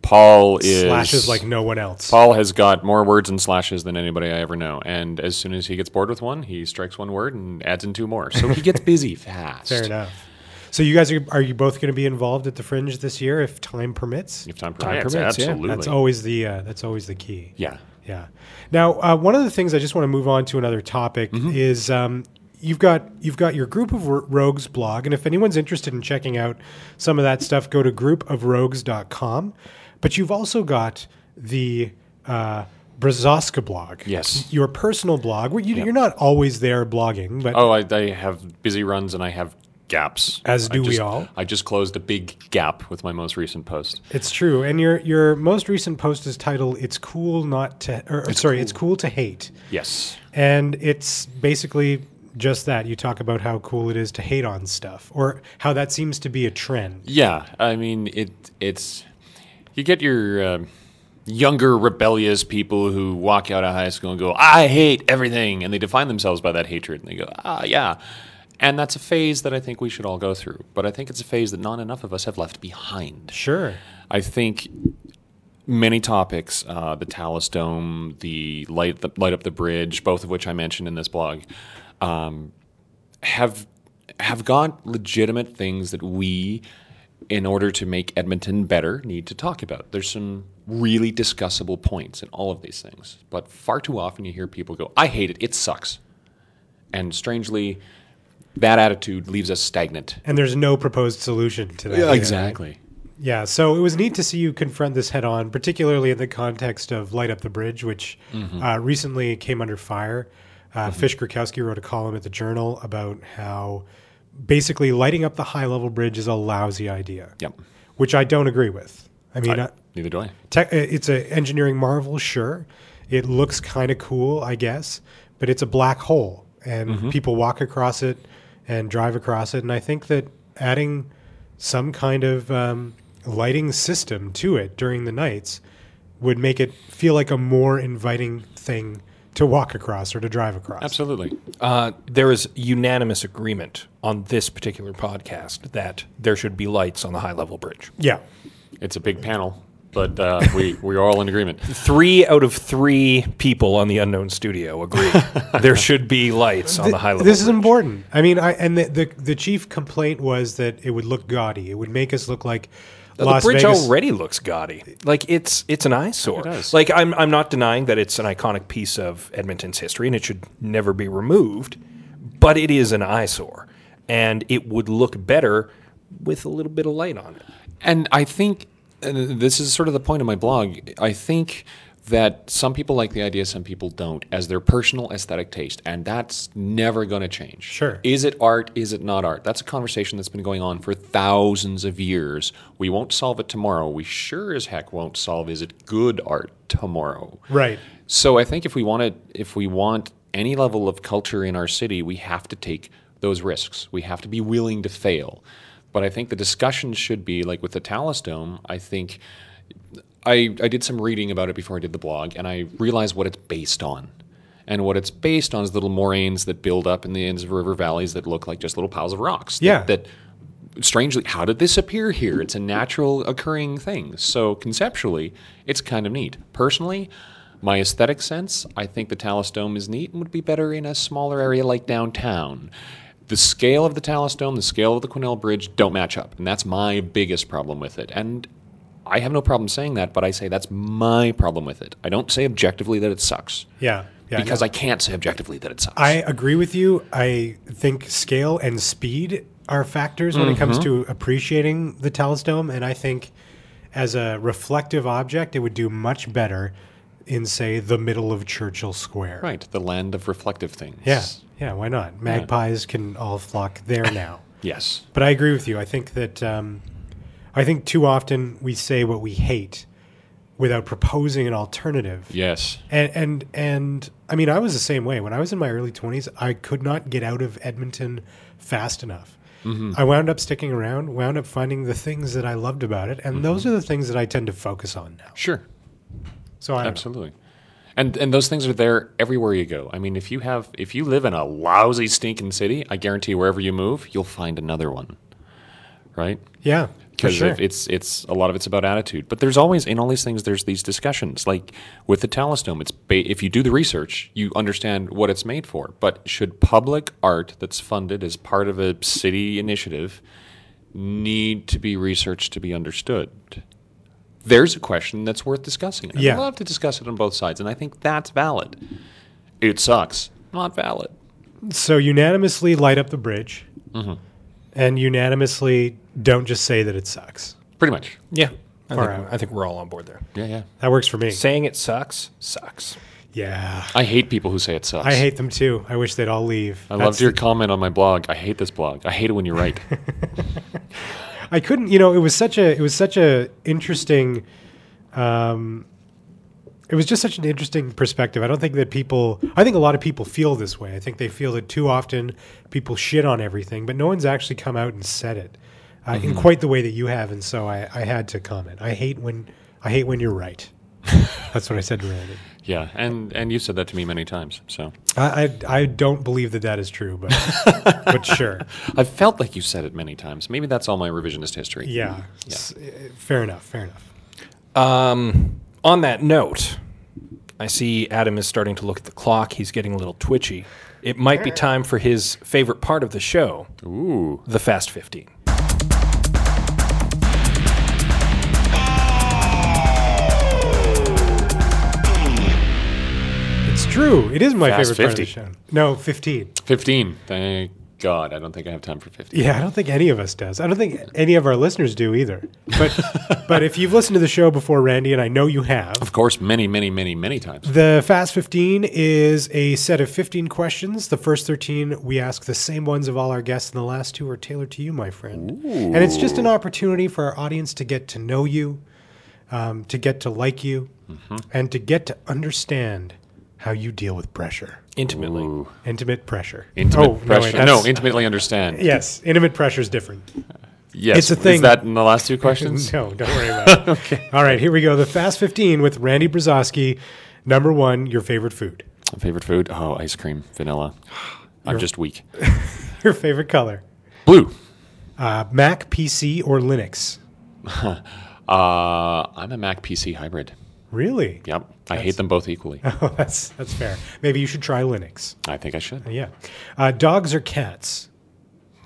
Speaker 4: Paul is
Speaker 1: slashes like no one else.
Speaker 4: Paul has got more words and slashes than anybody I ever know. And as soon as he gets bored with one, he strikes one word and adds in two more. So he gets busy fast.
Speaker 1: Fair enough. So you guys are are you both going to be involved at the Fringe this year if time permits?
Speaker 4: If time
Speaker 2: Time
Speaker 4: permits,
Speaker 2: permits, yeah.
Speaker 4: absolutely.
Speaker 1: That's always the uh, that's always the key.
Speaker 4: yeah.
Speaker 1: Yeah. Now, uh, one of the things I just want to move on to another topic is um, you've got you've got your group of Ro- rogues blog, and if anyone's interested in checking out some of that stuff, go to groupofrogues.com. But you've also got the uh, Brazoska blog.
Speaker 4: Yes.
Speaker 1: Your personal blog. Where you, You're not always there blogging, but
Speaker 4: Oh, I, I have busy runs and I have gaps.
Speaker 1: As
Speaker 4: I
Speaker 1: do we
Speaker 4: just-
Speaker 1: all.
Speaker 4: I just closed a big gap with my most recent post.
Speaker 1: it's true. And your your most recent post is titled "It's cool not to," or, or sorry, "It's cool to hate."
Speaker 4: Yes.
Speaker 1: And it's basically just that. You talk about how cool it is to hate on stuff or how that seems to be a trend.
Speaker 4: Yeah, I mean it. It's you get your um younger rebellious people who walk out of high school and go, I hate everything. And they define themselves by that hatred. And they go, ah, yeah. And that's a phase that I think we should all go through. But I think it's a phase that not enough of us have left behind.
Speaker 1: Sure.
Speaker 4: I think many topics, uh, the Talus Dome, the light, the light up the bridge, both of which I mentioned in this blog, um, have have got legitimate things that we, in order to make Edmonton better, need to talk about. There's some really discussable points in all of these things, but far too often you hear people go, "I hate it. It sucks," and strangely. That attitude leaves us stagnant.
Speaker 1: And there's no proposed solution to that.
Speaker 4: exactly.
Speaker 1: Yeah, so it was neat to see you confront this head on, particularly in the context of Light Up the Bridge, which uh, recently came under fire. Uh, Fish Grakowski wrote a column at the Journal about how basically lighting up the high level bridge is a lousy idea.
Speaker 4: Yep.
Speaker 1: Which I don't agree with. I mean, I-
Speaker 4: Neither do I.
Speaker 1: tech, uh, it's an engineering marvel, sure. It looks kind of cool, I guess, but it's a black hole, and
Speaker 2: Mm-hmm.
Speaker 1: people walk across it and drive across it. And I think that adding some kind of um, lighting system to it during the nights would make it feel like a more inviting thing to walk across or to drive across.
Speaker 4: Absolutely.
Speaker 2: Uh, there is unanimous agreement on this particular podcast that there should be lights on the high level bridge.
Speaker 1: Yeah.
Speaker 4: It's a big panel, but uh, we we're all in agreement.
Speaker 2: Three out of three people on the unknown studio agree there should be lights on the high level.
Speaker 1: This is
Speaker 2: bridge.
Speaker 1: important. I mean, I, and the, the the chief complaint was that it would look gaudy. It would make us look like Las
Speaker 2: the bridge
Speaker 1: Vegas.
Speaker 2: already looks gaudy. Like it's it's an eyesore.
Speaker 4: does.
Speaker 2: Like I'm I'm not denying that it's an iconic piece of Edmonton's history and it should never be removed, but it is an eyesore and it would look better with a little bit of light on it.
Speaker 4: And I think and this is sort of the point of my blog. I think that some people like the idea, some people don't, as their personal aesthetic taste, and that's never going to change.
Speaker 1: Sure.
Speaker 4: Is it art? Is it not art? That's a conversation that's been going on for thousands of years. We won't solve it tomorrow. We sure as heck won't solve is it good art tomorrow.
Speaker 1: Right.
Speaker 4: So I think if we want to, if we want any level of culture in our city, we have to take those risks. We have to be willing to fail. But I think the discussion should be like with the Talus Dome. I think I, I did some reading about it before I did the blog, and I realized what it's based on. And what it's based on is little moraines that build up in the ends of river valleys that look like just little piles of rocks. that-
Speaker 1: Yeah.
Speaker 4: That, strangely, how did this appear here? It's a natural occurring thing. So conceptually, it's kind of neat. Personally, my aesthetic sense, I think the Talus Dome is neat and would be better in a smaller area like downtown. The scale of the Talus Dome, the scale of the Quesnel Bridge don't match up, and that's my biggest problem with it. And I have no problem saying that, but I say that's my problem with it. I don't say objectively that it sucks.
Speaker 1: Yeah. Yeah.
Speaker 4: because I can't say objectively that it sucks.
Speaker 1: I agree with you. I think scale and speed are factors when it comes
Speaker 4: Mm-hmm.
Speaker 1: to appreciating the Talus Dome, and I think as a reflective object, it would do much better in, say, the middle of Churchill Square.
Speaker 4: right, the land of reflective things.
Speaker 1: Yeah. Yeah. Why not? Magpies can all flock there now.
Speaker 4: Yes.
Speaker 1: But I agree with you. I think that um, I think too often we say what we hate without proposing an alternative.
Speaker 4: Yes.
Speaker 1: And and and I mean, I was the same way. When I was in my early twenties, I could not get out of Edmonton fast enough.
Speaker 4: Mm-hmm.
Speaker 1: I wound up sticking around, wound up finding the things that I loved about it, and
Speaker 4: Mm-hmm.
Speaker 1: those are the things that I tend to focus on now.
Speaker 4: Sure.
Speaker 1: So I absolutely.
Speaker 4: Absolutely. And and those things are there everywhere you go. I mean, if you have if you live in a lousy stinking city, I guarantee wherever you move, you'll find another one. Right?
Speaker 1: yeah, for
Speaker 4: because
Speaker 1: sure.
Speaker 4: it's it's a lot of it's about attitude. But there's always in all these things there's these discussions. Like with the Talus Dome, it's ba- if you do the research, you understand what it's made for. But should public art that's funded as part of a city initiative need to be researched to be understood? There's a question that's worth discussing. And
Speaker 1: Yeah.
Speaker 4: I'd love to discuss it on both sides, and I think that's valid. It sucks. Not valid.
Speaker 1: so unanimously light up the bridge,
Speaker 4: Mm-hmm.
Speaker 1: and unanimously don't just say that it sucks.
Speaker 4: Pretty much.
Speaker 2: Yeah. I
Speaker 1: Far
Speaker 2: think,
Speaker 1: out.
Speaker 2: I think we're all on board there.
Speaker 4: Yeah, yeah.
Speaker 1: That works for me.
Speaker 2: Saying it sucks sucks.
Speaker 1: Yeah,
Speaker 4: I hate people who say it sucks.
Speaker 1: I hate them too. I wish they'd all leave.
Speaker 4: I
Speaker 1: That's-
Speaker 4: loved your comment on my blog. I hate this blog. I hate it when you're right.
Speaker 1: I couldn't, you know, it was such a it was such a interesting um it was just such an interesting perspective. I don't think that people I think a lot of people feel this way. I think they feel that too often people shit on everything, but no one's actually come out and said it uh, in quite the way that you have and so I I had to comment. I hate when I hate when you're right. That's what I said to Randy.
Speaker 4: Yeah, and and you've said that to me many times. So
Speaker 1: I, I, I don't believe that that is true, but but sure,
Speaker 4: I've felt like you said it many times. Maybe that's all my revisionist history.
Speaker 1: yeah, S- eh, fair enough, fair enough.
Speaker 2: Um, on that note, I see Adam is starting to look at the clock. He's getting a little twitchy. It might be time for his favorite part of the show,
Speaker 4: Ooh.
Speaker 2: the Fast 15.
Speaker 1: It's true. It is my favorite
Speaker 4: Fast
Speaker 1: part
Speaker 4: 50.
Speaker 1: of the show. No, fifteen.
Speaker 4: 15. Thank God. I don't think I have time for 15.
Speaker 1: Yeah, I don't think any of us does. I don't think any of our listeners do either. But but if you've listened to the show before, Randy, and I know you have,
Speaker 4: Of course, many, many, many, many times.
Speaker 1: The Fast 15 is a set of 15 questions. The first 13, we ask the same ones of all our guests, and the last two are tailored to you, my friend. And it's just an opportunity for our audience to get to know you, um, to get to like you, and to get to understand how you deal with pressure,
Speaker 2: Intimately.
Speaker 1: intimate pressure. Oh,
Speaker 4: Intimate
Speaker 1: no, wait,
Speaker 4: pressure. No,
Speaker 1: that's-
Speaker 4: intimately understand.
Speaker 1: yes, intimate pressure is different.
Speaker 4: Yes.
Speaker 1: It's a thing.
Speaker 4: Is that in the last two questions?
Speaker 1: No, don't worry about it. okay. All right, here we go. The Fast 15 with Randy Brzozowski. Number one, your favorite food,
Speaker 4: Favorite food? Oh, ice cream, vanilla. I'm just weak.
Speaker 1: your favorite color.
Speaker 4: Blue.
Speaker 1: Uh, Mac, PC, or Linux?
Speaker 4: Uh, I'm a Mac PC hybrid.
Speaker 1: Really?
Speaker 4: Yep. I hate them both equally.
Speaker 1: Oh, that's that's fair. Maybe you should try Linux.
Speaker 4: I think I should.
Speaker 1: Yeah. Uh, dogs or cats?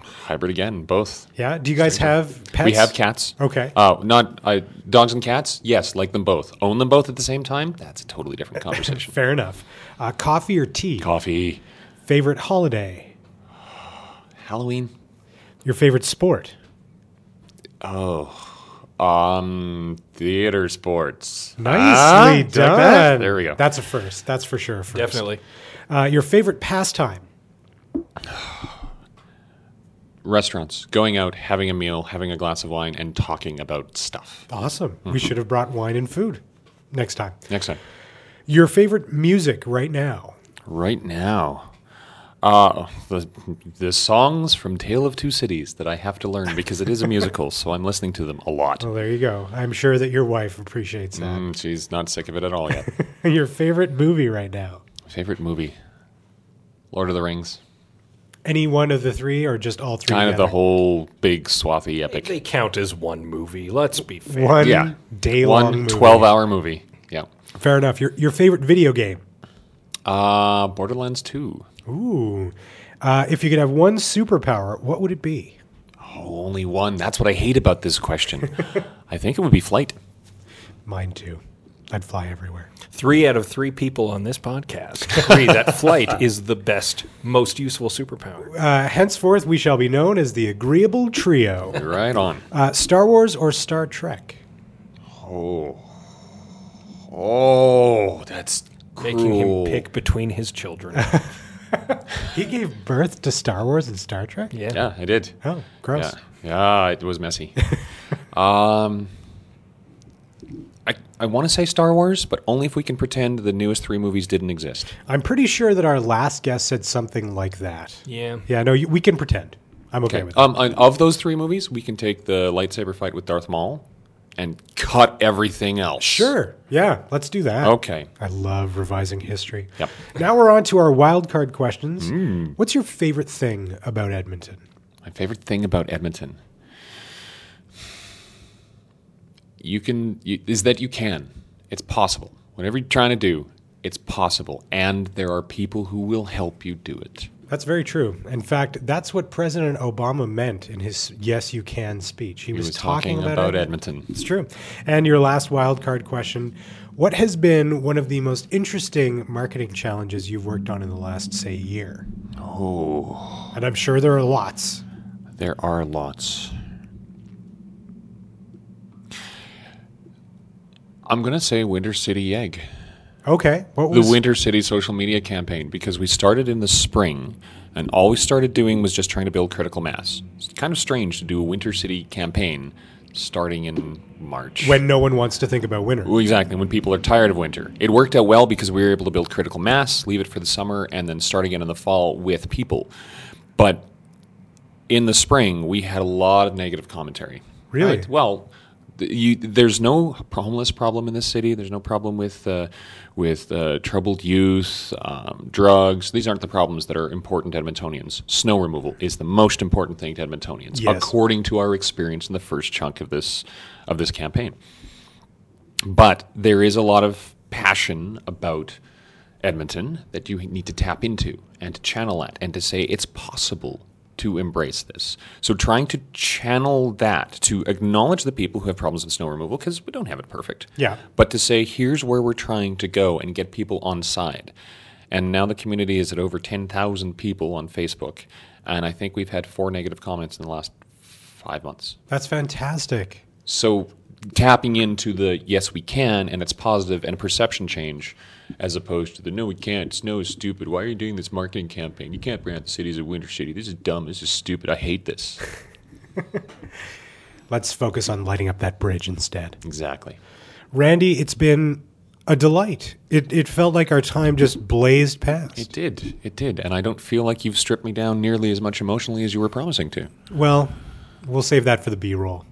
Speaker 4: Hybrid again, both.
Speaker 1: Yeah. Do you guys have pets? Oh,
Speaker 4: We have cats.
Speaker 1: Okay.
Speaker 4: Uh, not I, dogs and cats. Yes, like them both. Own them both at the same time. That's a totally different conversation.
Speaker 1: Fair enough. Uh, coffee or tea?
Speaker 4: Coffee.
Speaker 1: favorite holiday?
Speaker 4: Halloween.
Speaker 1: Your favorite sport?
Speaker 4: Um, theater sports. Ah,
Speaker 1: Nicely
Speaker 4: did I
Speaker 1: done.
Speaker 4: like that? There we go.
Speaker 1: That's a first. That's for sure. a First.
Speaker 2: Definitely.
Speaker 1: Uh, your favorite pastime?
Speaker 4: Restaurants, going out, having a meal, having a glass of wine, and talking about stuff.
Speaker 1: Awesome.
Speaker 4: Mm-hmm.
Speaker 1: We should have brought wine and food next time.
Speaker 4: Next time.
Speaker 1: Your favorite music right now?
Speaker 4: Right now. Uh, the, the songs from Tale of Two Cities that I have to learn because it is a musical, so I'm listening to them a lot.
Speaker 1: Well, there you go. I'm sure that your wife appreciates that.
Speaker 4: Mm, she's not sick of it at all yet.
Speaker 1: Your favorite movie right now?
Speaker 4: Favorite movie? Lord of the Rings.
Speaker 1: Any one of the three, or just all three?
Speaker 4: Kind of the
Speaker 1: together?
Speaker 4: whole big swathy epic.
Speaker 2: They count as one movie. Let's be fair.
Speaker 1: one
Speaker 4: yeah.
Speaker 1: day long
Speaker 4: One
Speaker 1: movie.
Speaker 4: 12 hour movie. Yeah.
Speaker 1: Fair enough. Your your favorite video game?
Speaker 4: Uh, Borderlands 2.
Speaker 1: Ooh, uh, if you could have one superpower, what would it be?
Speaker 4: Only one. That's what I hate about this question. I think it would be flight.
Speaker 1: Mine too. I'd fly everywhere.
Speaker 2: Three out of three people on this podcast agree that flight is the best, most useful superpower.
Speaker 1: Uh, henceforth, we shall be known as the agreeable trio.
Speaker 4: Right on.
Speaker 1: Uh, Star Wars or Star Trek?
Speaker 4: Oh, that's
Speaker 2: Making
Speaker 4: cruel.
Speaker 2: him pick between his children.
Speaker 1: He gave birth to Star Wars and Star Trek.
Speaker 2: Yeah.
Speaker 4: Yeah, I did.
Speaker 1: Oh, gross.
Speaker 4: Yeah, yeah, it was messy. um, I I want to say Star Wars, but only if we can pretend the newest three movies didn't exist.
Speaker 1: I'm pretty sure that our last guest said something like that.
Speaker 2: Yeah.
Speaker 1: Yeah. No, you, we can pretend. I'm okay,
Speaker 4: Okay.
Speaker 1: with that.
Speaker 4: Um, and of those three movies, we can take the lightsaber fight with Darth Maul, and cut everything else.
Speaker 1: Sure. Yeah, let's do that.
Speaker 4: Okay.
Speaker 1: I love revising history.
Speaker 4: Yep. Hmm.
Speaker 1: Now we're on to our wild card questions. What's your favorite thing about Edmonton?
Speaker 4: My favorite thing about Edmonton. You can you, is that you can. It's possible. Whatever you're trying to do, it's possible, and there are people who will help you do it.
Speaker 1: That's very true. In fact, that's what President Obama meant in his "Yes, you can" speech. He,
Speaker 4: He was talking, about, Edmonton.
Speaker 1: It's true. And your last wild card question: What has been one of the most interesting marketing challenges you've worked on in the last, say, year? Oh. And I'm sure there are lots.
Speaker 4: There are lots. I'm gonna say Winter City Egg.
Speaker 1: Okay. What
Speaker 4: the
Speaker 1: was
Speaker 4: Winter City social media campaign because we started in the spring, and all we started doing was just trying to build critical mass. It's kind of strange to do a Winter City campaign starting in March.
Speaker 1: when no one wants to think about winter?
Speaker 4: Well, exactly, when people are tired of winter. It worked out well because we were able to build critical mass, leave it for the summer, and then start again in the fall with people. But in the spring, we had a lot of negative commentary.
Speaker 1: Really?
Speaker 4: Well, th- you, there's no homeless problem in this city. There's no problem with uh, with uh, troubled youth, um, drugs. These aren't the problems that are important to Edmontonians. Snow removal is the most important thing to Edmontonians,
Speaker 1: Yes.
Speaker 4: according to our experience in the first chunk of this of this campaign. But there is a lot of passion about Edmonton that you need to tap into and to channel at and to say it's possible to embrace this. So trying to channel that to acknowledge the people who have problems with snow removal because we don't have it perfect.
Speaker 1: Yeah.
Speaker 4: But to say here's where we're trying to go and get people on side. And now the community is at over 10,000 people on Facebook and I think we've had four negative comments in the last 5 months.
Speaker 1: That's fantastic.
Speaker 4: So tapping into the yes we can and it's positive and a perception change as opposed to the no we can't snow is stupid why are you doing this marketing campaign you can't brand the city as a winter city this is dumb this is stupid i hate this
Speaker 1: Let's focus on lighting up that bridge instead.
Speaker 4: exactly
Speaker 1: Randy, it's been a delight. It, it felt like our time just blazed past.
Speaker 4: it did it did and i don't feel like you've stripped me down nearly as much emotionally as you were promising to
Speaker 1: well, we'll save that for the B roll.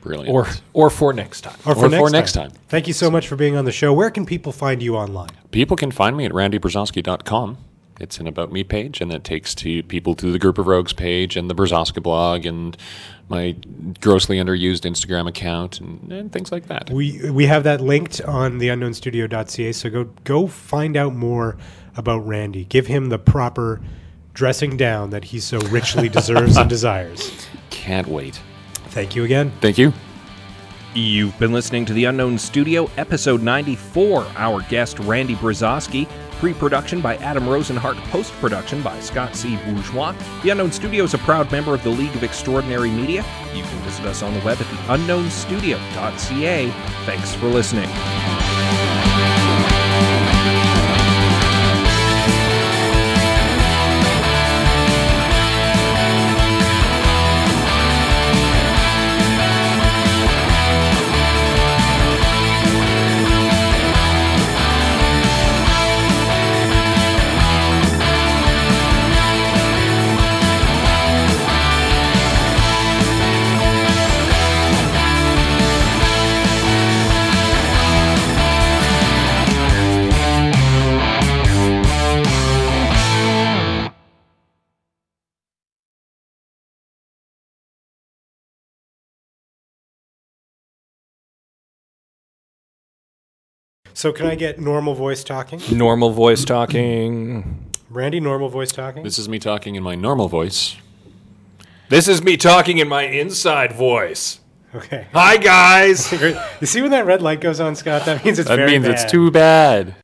Speaker 4: brilliant
Speaker 2: or or for next time.
Speaker 1: Or
Speaker 4: for next time.
Speaker 1: Thank you so much for being on the show. Where can people find you online?
Speaker 4: People can find me at randybrzoski.com. It's an About Me page, and that takes to people to the Group of Rogues page and the Brzoska blog and my grossly underused Instagram account and, and things like that.
Speaker 1: We we have that linked on theunknownstudio.ca. So go go find out more about Randy. Give him the proper dressing down that he so richly deserves and desires.
Speaker 4: Can't wait.
Speaker 1: Thank you again.
Speaker 4: Thank you.
Speaker 2: You've been listening to The Unknown Studio, episode 94. Our guest, Randy Brzoski. Pre production by Adam Rosenhart, post production by Scott C. Bourgeois. The Unknown Studio is a proud member of the League of Extraordinary Media. You can visit us on the web at theunknownstudio.ca. Thanks for listening.
Speaker 1: So can I get normal voice talking?
Speaker 2: Normal voice talking.
Speaker 1: Randy, normal voice talking.
Speaker 4: This is me talking in my normal voice.
Speaker 2: This is me talking in my inside voice.
Speaker 1: Okay.
Speaker 2: Hi, guys.
Speaker 1: You see when that red light goes on, Scott? That means it's
Speaker 4: That
Speaker 1: very
Speaker 4: means it's
Speaker 1: bad.
Speaker 4: too bad.